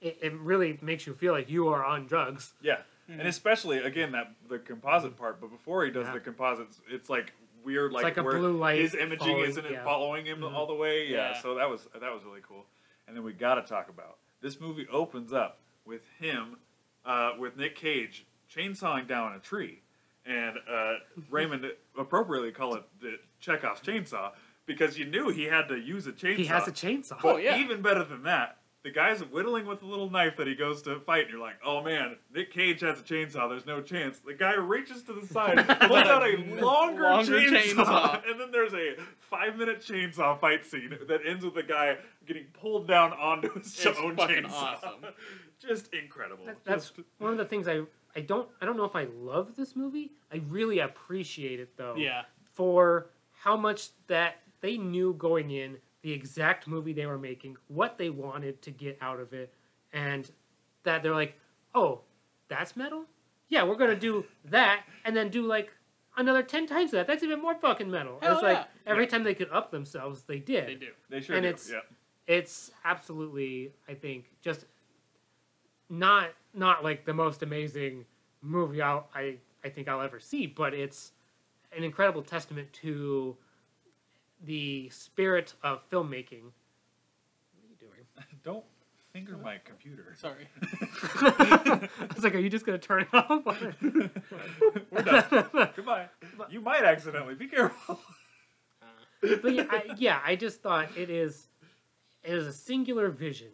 B: it, it really makes you feel like you are on drugs.
C: Yeah, and especially again that the composite part. But before he does
B: Mm-hmm. Yeah.
C: the composites, it's like weird, like,
B: like a
C: where
B: blue light
C: his imaging
B: following-
C: isn't
B: yeah.
C: it following him
B: Mhm.
C: all the way. Yeah,
A: Yeah.
C: so that was that was really cool. And then we got to talk about this movie opens up with him uh, with Nick Cage chainsawing down a tree, and uh, Raymond appropriately called it the Chekhov's chainsaw because you knew he had to use a chainsaw.
B: He has a chainsaw.
C: But
A: Oh, yeah.
C: even better than that, the guy's whittling with a little knife that he goes to fight, and you're like, oh man, Nick Cage has a chainsaw. There's no chance. The guy reaches to the side, pulls out a longer,
A: Longer
C: chainsaw,
A: chainsaw.
C: and then there's a five minute chainsaw fight scene that ends with the guy getting pulled down onto his
A: It's
C: own
A: fucking
C: chainsaw.
A: awesome.
C: Just incredible.
B: That- that's
C: Just-
B: one of the things I I don't I don't know if I love this movie. I really appreciate it though.
A: Yeah.
B: For how much that they knew going in the exact movie they were making, what they wanted to get out of it, and that they're like, oh, that's metal. Yeah, we're gonna do that, and then do like another ten times that. That's even more fucking metal. And
A: Hell
B: it's like
A: yeah.
B: every time they could up themselves, they did
A: They do.
C: they sure
B: and
C: do.
B: it's-
C: yeah.
B: it's absolutely i think just not not like the most amazing movie I'll, i i think i'll ever see but it's an incredible testament to the spirit of filmmaking what
C: Don't finger my computer.
A: Sorry.
B: are you doing i was like are you just going to turn it off
C: We're done. Goodbye. You might accidentally. Be careful.
B: but yeah I, yeah, I just thought it is it is a singular vision,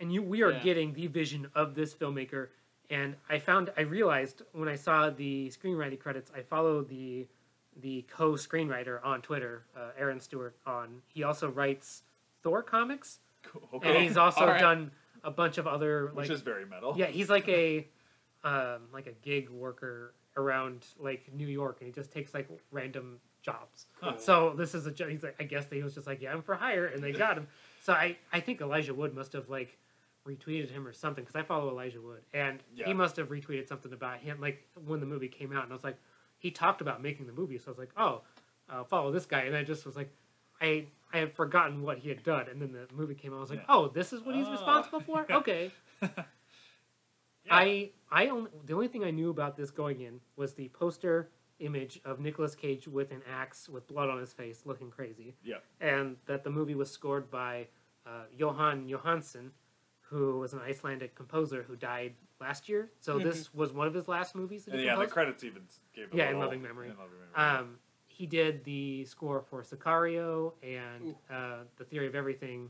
B: and you we are
A: Yeah.
B: getting the vision of this filmmaker. And I found I realized when I saw the screenwriting credits, I follow the the co screenwriter on Twitter, uh, Aaron Stewart. On he also writes Thor comics,
C: Cool.
B: and he's also
A: all right.
B: done a bunch of other like
C: Which is very metal.
B: yeah, he's like a um, like a gig worker around like New York, and he just takes like random jobs.
C: Huh.
B: So this is a job. He's like, I guess that he was just like, yeah, I'm for hire, and they got him. So I I think Elijah Wood must have like retweeted him or something because I follow Elijah Wood, and
C: Yeah.
B: he must have retweeted something about him like when the movie came out, and I was like, he talked about making the movie, so I was like, oh, uh, follow this guy, and I just was like. I, I had forgotten what he had done, and then the movie came out. I was like,
C: Yeah.
B: "Oh, this is what he's
C: Oh.
B: responsible for." Okay, I I only the only thing I knew about this going in was the poster image of Nicolas Cage with an axe with blood on his face, looking crazy,
C: Yeah.
B: and that the movie was scored by uh, Johan Johansson, who was an Icelandic composer who died last year. So this was one of his last movies. That
C: And
B: he
C: Mm-hmm. yeah, the
B: composed.
C: credits even gave a
B: Yeah, in
C: little,
B: Loving Memory.
C: in Loving Memory.
B: Um, he did the score for Sicario and
A: Ooh.
B: uh, The Theory of Everything,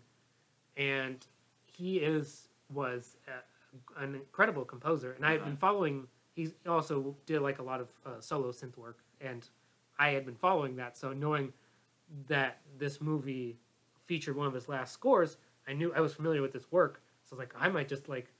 B: and he is was a, an incredible composer. And I
A: Uh-huh.
B: had been following. He also did like a lot of uh, solo synth work, and I had been following that. So knowing that this movie featured one of his last scores, I knew I was familiar with his work. So I was like, I might just like.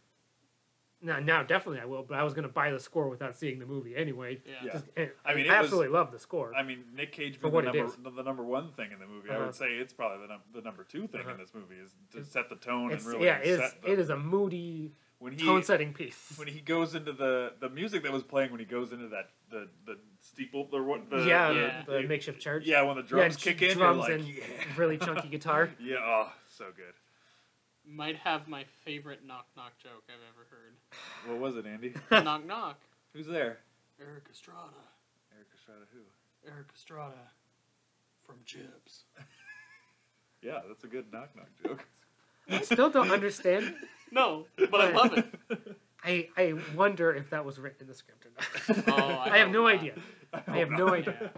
B: Now, now, definitely I will. But I was gonna buy the score without seeing the movie anyway.
A: Yeah.
C: Yeah.
B: Just- and
C: I
B: I
C: mean,
B: mean,
C: it was-
B: absolutely love the score.
C: I mean, Nick Cage
B: For
C: being the
B: what it
C: number
B: is.
C: the number one thing in the movie. I
B: Uh-huh.
C: would say it's probably the, num- the number two thing
B: Uh-huh.
C: in this movie is to set the tone
B: it's,
C: and really
B: yeah, it is,
C: set the,
B: it is a moody
C: when he
B: tone setting piece.
C: when he goes into the the music that was playing when he goes into that the the steeple the what the
B: yeah,
C: the,
A: yeah.
B: the, the makeshift church.
C: yeah when the drums
B: ch-
C: kick in
B: drums
C: you're like
B: and
C: yeah
B: really chunky guitar.
C: yeah oh so good
A: Might have my favorite knock knock joke I've ever heard.
C: what was it Andy
A: knock knock.
C: who's there
A: Eric Estrada.
C: Eric Estrada who
A: Eric Estrada from Chips.
C: yeah that's a good knock knock joke
B: I still don't understand.
A: No, but I love it.
B: I, I wonder if that was written in the script or not.
A: Oh, I,
B: I have
A: hope
B: no
A: not.
B: idea. I have no idea.
A: Yeah.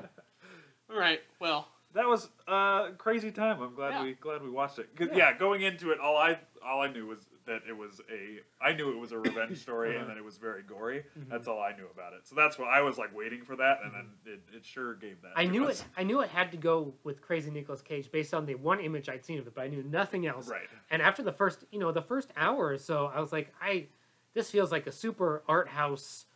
A: All right. Well,
C: that was a crazy time. I'm glad
A: Yeah.
C: we glad we watched it. 'Cause,
B: Yeah.
C: Yeah. going into it, all I all I knew was that it was a I knew it was a revenge story and
B: Uh-huh.
C: that it was very gory.
B: Mhm.
C: That's all I knew about it. So that's what I was like waiting for that, and then it, it sure gave that.
B: I
C: to
B: knew
C: us.
B: it. I knew it had to go with Crazy Nicolas Cage based on the one image I'd seen of it, but I knew nothing else.
C: Right.
B: And after the first, you know, the first hour or so, I was like, I, this feels like a super art house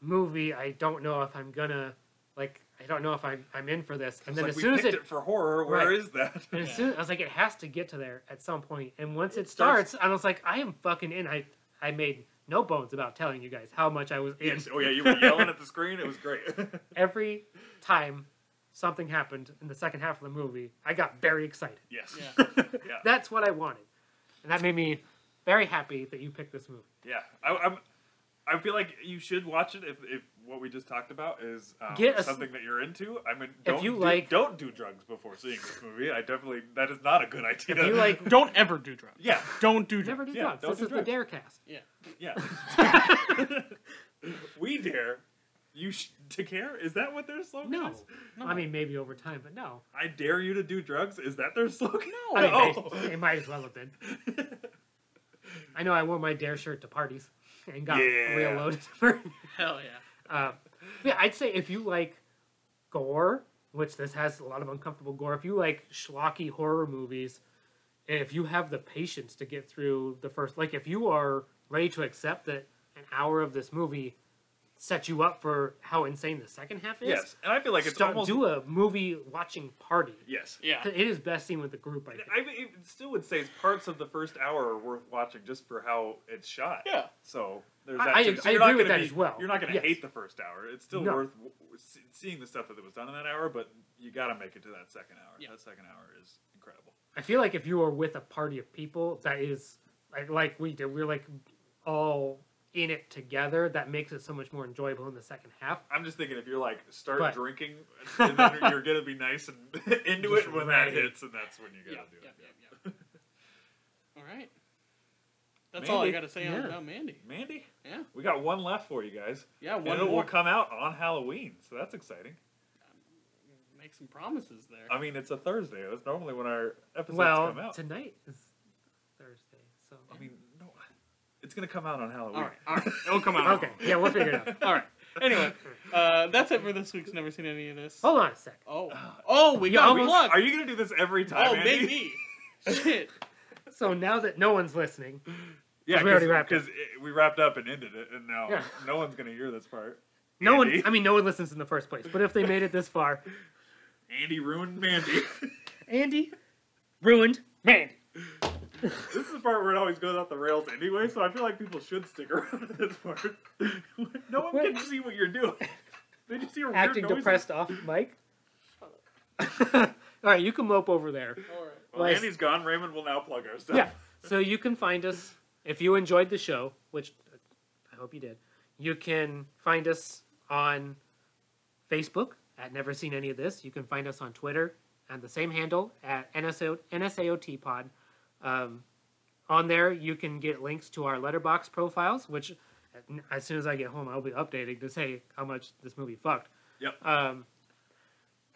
B: movie. I don't know if I'm gonna, like, I don't know if I'm, I'm in for this. And
C: It's
B: then
C: like,
B: as
C: we
B: soon as
C: picked
B: it,
C: it, for horror, where
B: Right.
C: is that?
B: and as
A: Yeah.
B: soon, I was like, it has to get to there at some point. And once it,
C: It starts-
B: starts, and I was like, I am fucking in. I, I made no bones about telling you guys how much I was in.
C: Yes. Oh yeah, you were yelling at the screen. It was great.
B: Every time something happened in the second half of the movie, I got very excited.
C: yes.
A: Yeah.
C: Yeah.
B: That's what I wanted. And that made me very happy that you picked this movie.
C: I, I'm. I feel like you should watch it if, if what we just talked about is um,
B: Get a s-
C: something that you're into. I mean, don't
B: you
C: do,
B: like-
C: don't do drugs before seeing this movie. I definitely that is not a good idea.
B: If you like,
A: Don't ever do drugs.
C: yeah,
A: Don't do drugs.
B: never do
C: Yeah,
B: drugs.
C: don't
B: This
C: do
B: is
C: drugs.
B: the Darecast.
A: Yeah.
C: yeah. we dare you sh- to care. Is that what their slogan
B: No.
C: is?
B: I mean, maybe over time, but no.
C: I dare you to do drugs. Is that their slogan?
A: No.
B: I mean,
C: Oh.
B: they- it might as well have been. I know I wore my Dare shirt to parties and got
C: Yeah.
B: real loaded. For,
A: Hell yeah.
B: uh, yeah, I'd say if you like gore, which this has a lot of uncomfortable gore, if you like schlocky horror movies, and if you have the patience to get through the first, like if you are ready to accept that an hour of this movie sets you up for how insane the second half is,
C: Yes, and I feel like it's
B: start,
C: almost
B: do a movie watching party.
C: yes.
A: Yeah.
B: It is best seen with the group, I think.
C: I mean, it still would say parts of the first hour are worth watching just for how it's shot.
A: Yeah.
C: So there's
B: I-
C: that.
B: I-
C: too. So
B: I
C: you're not
B: agree with
C: gonna
B: that
C: be-
B: as well.
C: You're not going to
B: Yes.
C: hate the first hour. It's still
B: No.
C: worth w- w- se- seeing the stuff that was done in that hour, but you got to make it to that second hour.
A: Yeah.
C: That second hour is incredible.
B: I feel like if you are with a party of people, that is like, like we did, we're like all in it together. That makes it so much more enjoyable in the second half.
C: I'm just thinking if you're like start
B: But-
C: drinking, and then you're going to be nice and into
B: Just
C: it when
B: ready.
C: that hits, and that's when you
A: Yeah.
C: got to do
A: Yeah.
C: it.
A: Yeah. yeah. all right. That's all I
C: Mandy.
A: gotta say
B: Yeah.
A: on about Mandy.
C: Mandy,
A: Yeah.
C: we got one left for you guys.
A: Yeah.
C: One
A: One
C: and it will
A: more.
C: come out on Halloween, so that's exciting.
A: Make some promises there.
C: I mean, it's a Thursday. That's normally when our episodes come
B: well,
C: out.
B: tonight is Thursday, so
C: I mean, no, it's gonna come out on Halloween.
A: all right. All right. It'll come out.
B: okay, yeah, we'll figure it out.
A: All right. Anyway, uh, that's it for this week's. Never seen any of this.
B: Hold on a sec.
A: Oh. Oh, we
B: You
A: got
B: almost-
A: plugged.
C: Are you gonna do this every time?
A: Oh,
C: Andy?
A: maybe. Shit.
B: So now that no one's listening,
C: Yeah,
B: 'Cause we already wrapped up.
C: because we wrapped up and ended it, and now
B: Yeah.
C: no one's gonna hear this part.
B: no
C: Andy.
B: one, I mean, no one listens in the first place. But if they made it this far,
C: Andy ruined Mandy.
B: Andy ruined Mandy.
C: this is the part where it always goes off the rails anyway, so I feel like people should stick around to this part. no one can
B: What?
C: see what you're doing. They just hear
B: Acting
C: weird noises.
B: depressed off mic. all right, you can mope over there.
A: All right.
C: Well,
B: Like-
C: Andy's gone. Raymond will now plug our stuff.
B: yeah. So you can find us if you enjoyed the show, which I hope you did. You can find us on Facebook at Never Seen Any of This. You can find us on Twitter at the same handle at NSO, NSAOT Pod. Um, on there, you can get links to our letterbox profiles, which as soon as I get home, I'll be updating to say how much this movie fucked.
C: Yep.
B: Um,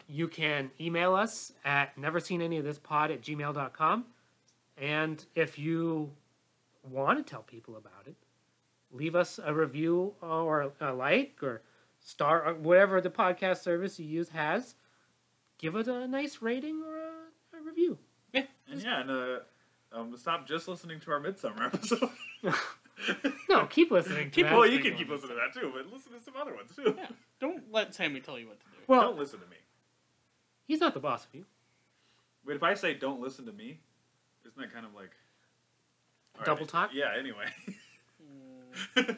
B: you can email us at never seen any of this pod at gmail.com. And if you want to tell people about it, leave us a review or a like or star or whatever the podcast service you use has. Give it a nice rating or a, a review.
C: And yeah, and uh, um, stop just listening to our midsummer episode.
B: No, keep listening. to
A: Keep-
B: that.
C: well, you
A: pretty
C: can keep
A: cool.
C: listening to that too, but listen to some other ones too.
A: Yeah. Don't let Sammy tell you what to do.
B: well,
C: Don't listen to me.
B: he's not the boss of you.
C: Wait, if I say don't listen to me, isn't that kind of like All
B: Double talk?
C: Yeah. Anyway.
A: Mm,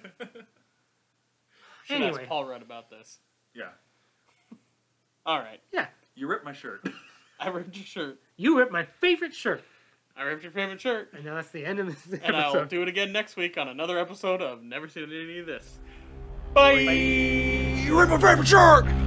A: should
B: Anyway,
A: ask Paul Rudd about this.
C: yeah.
A: All right.
B: yeah,
C: You ripped my shirt.
A: I ripped your shirt.
B: you ripped my favorite shirt,
A: I ripped your favorite shirt.
B: and now that's the end of this
A: And I'll
B: episode.
A: do it again next week on another episode of Never Seen Any of This. Bye.
C: you ripped my favorite shirt.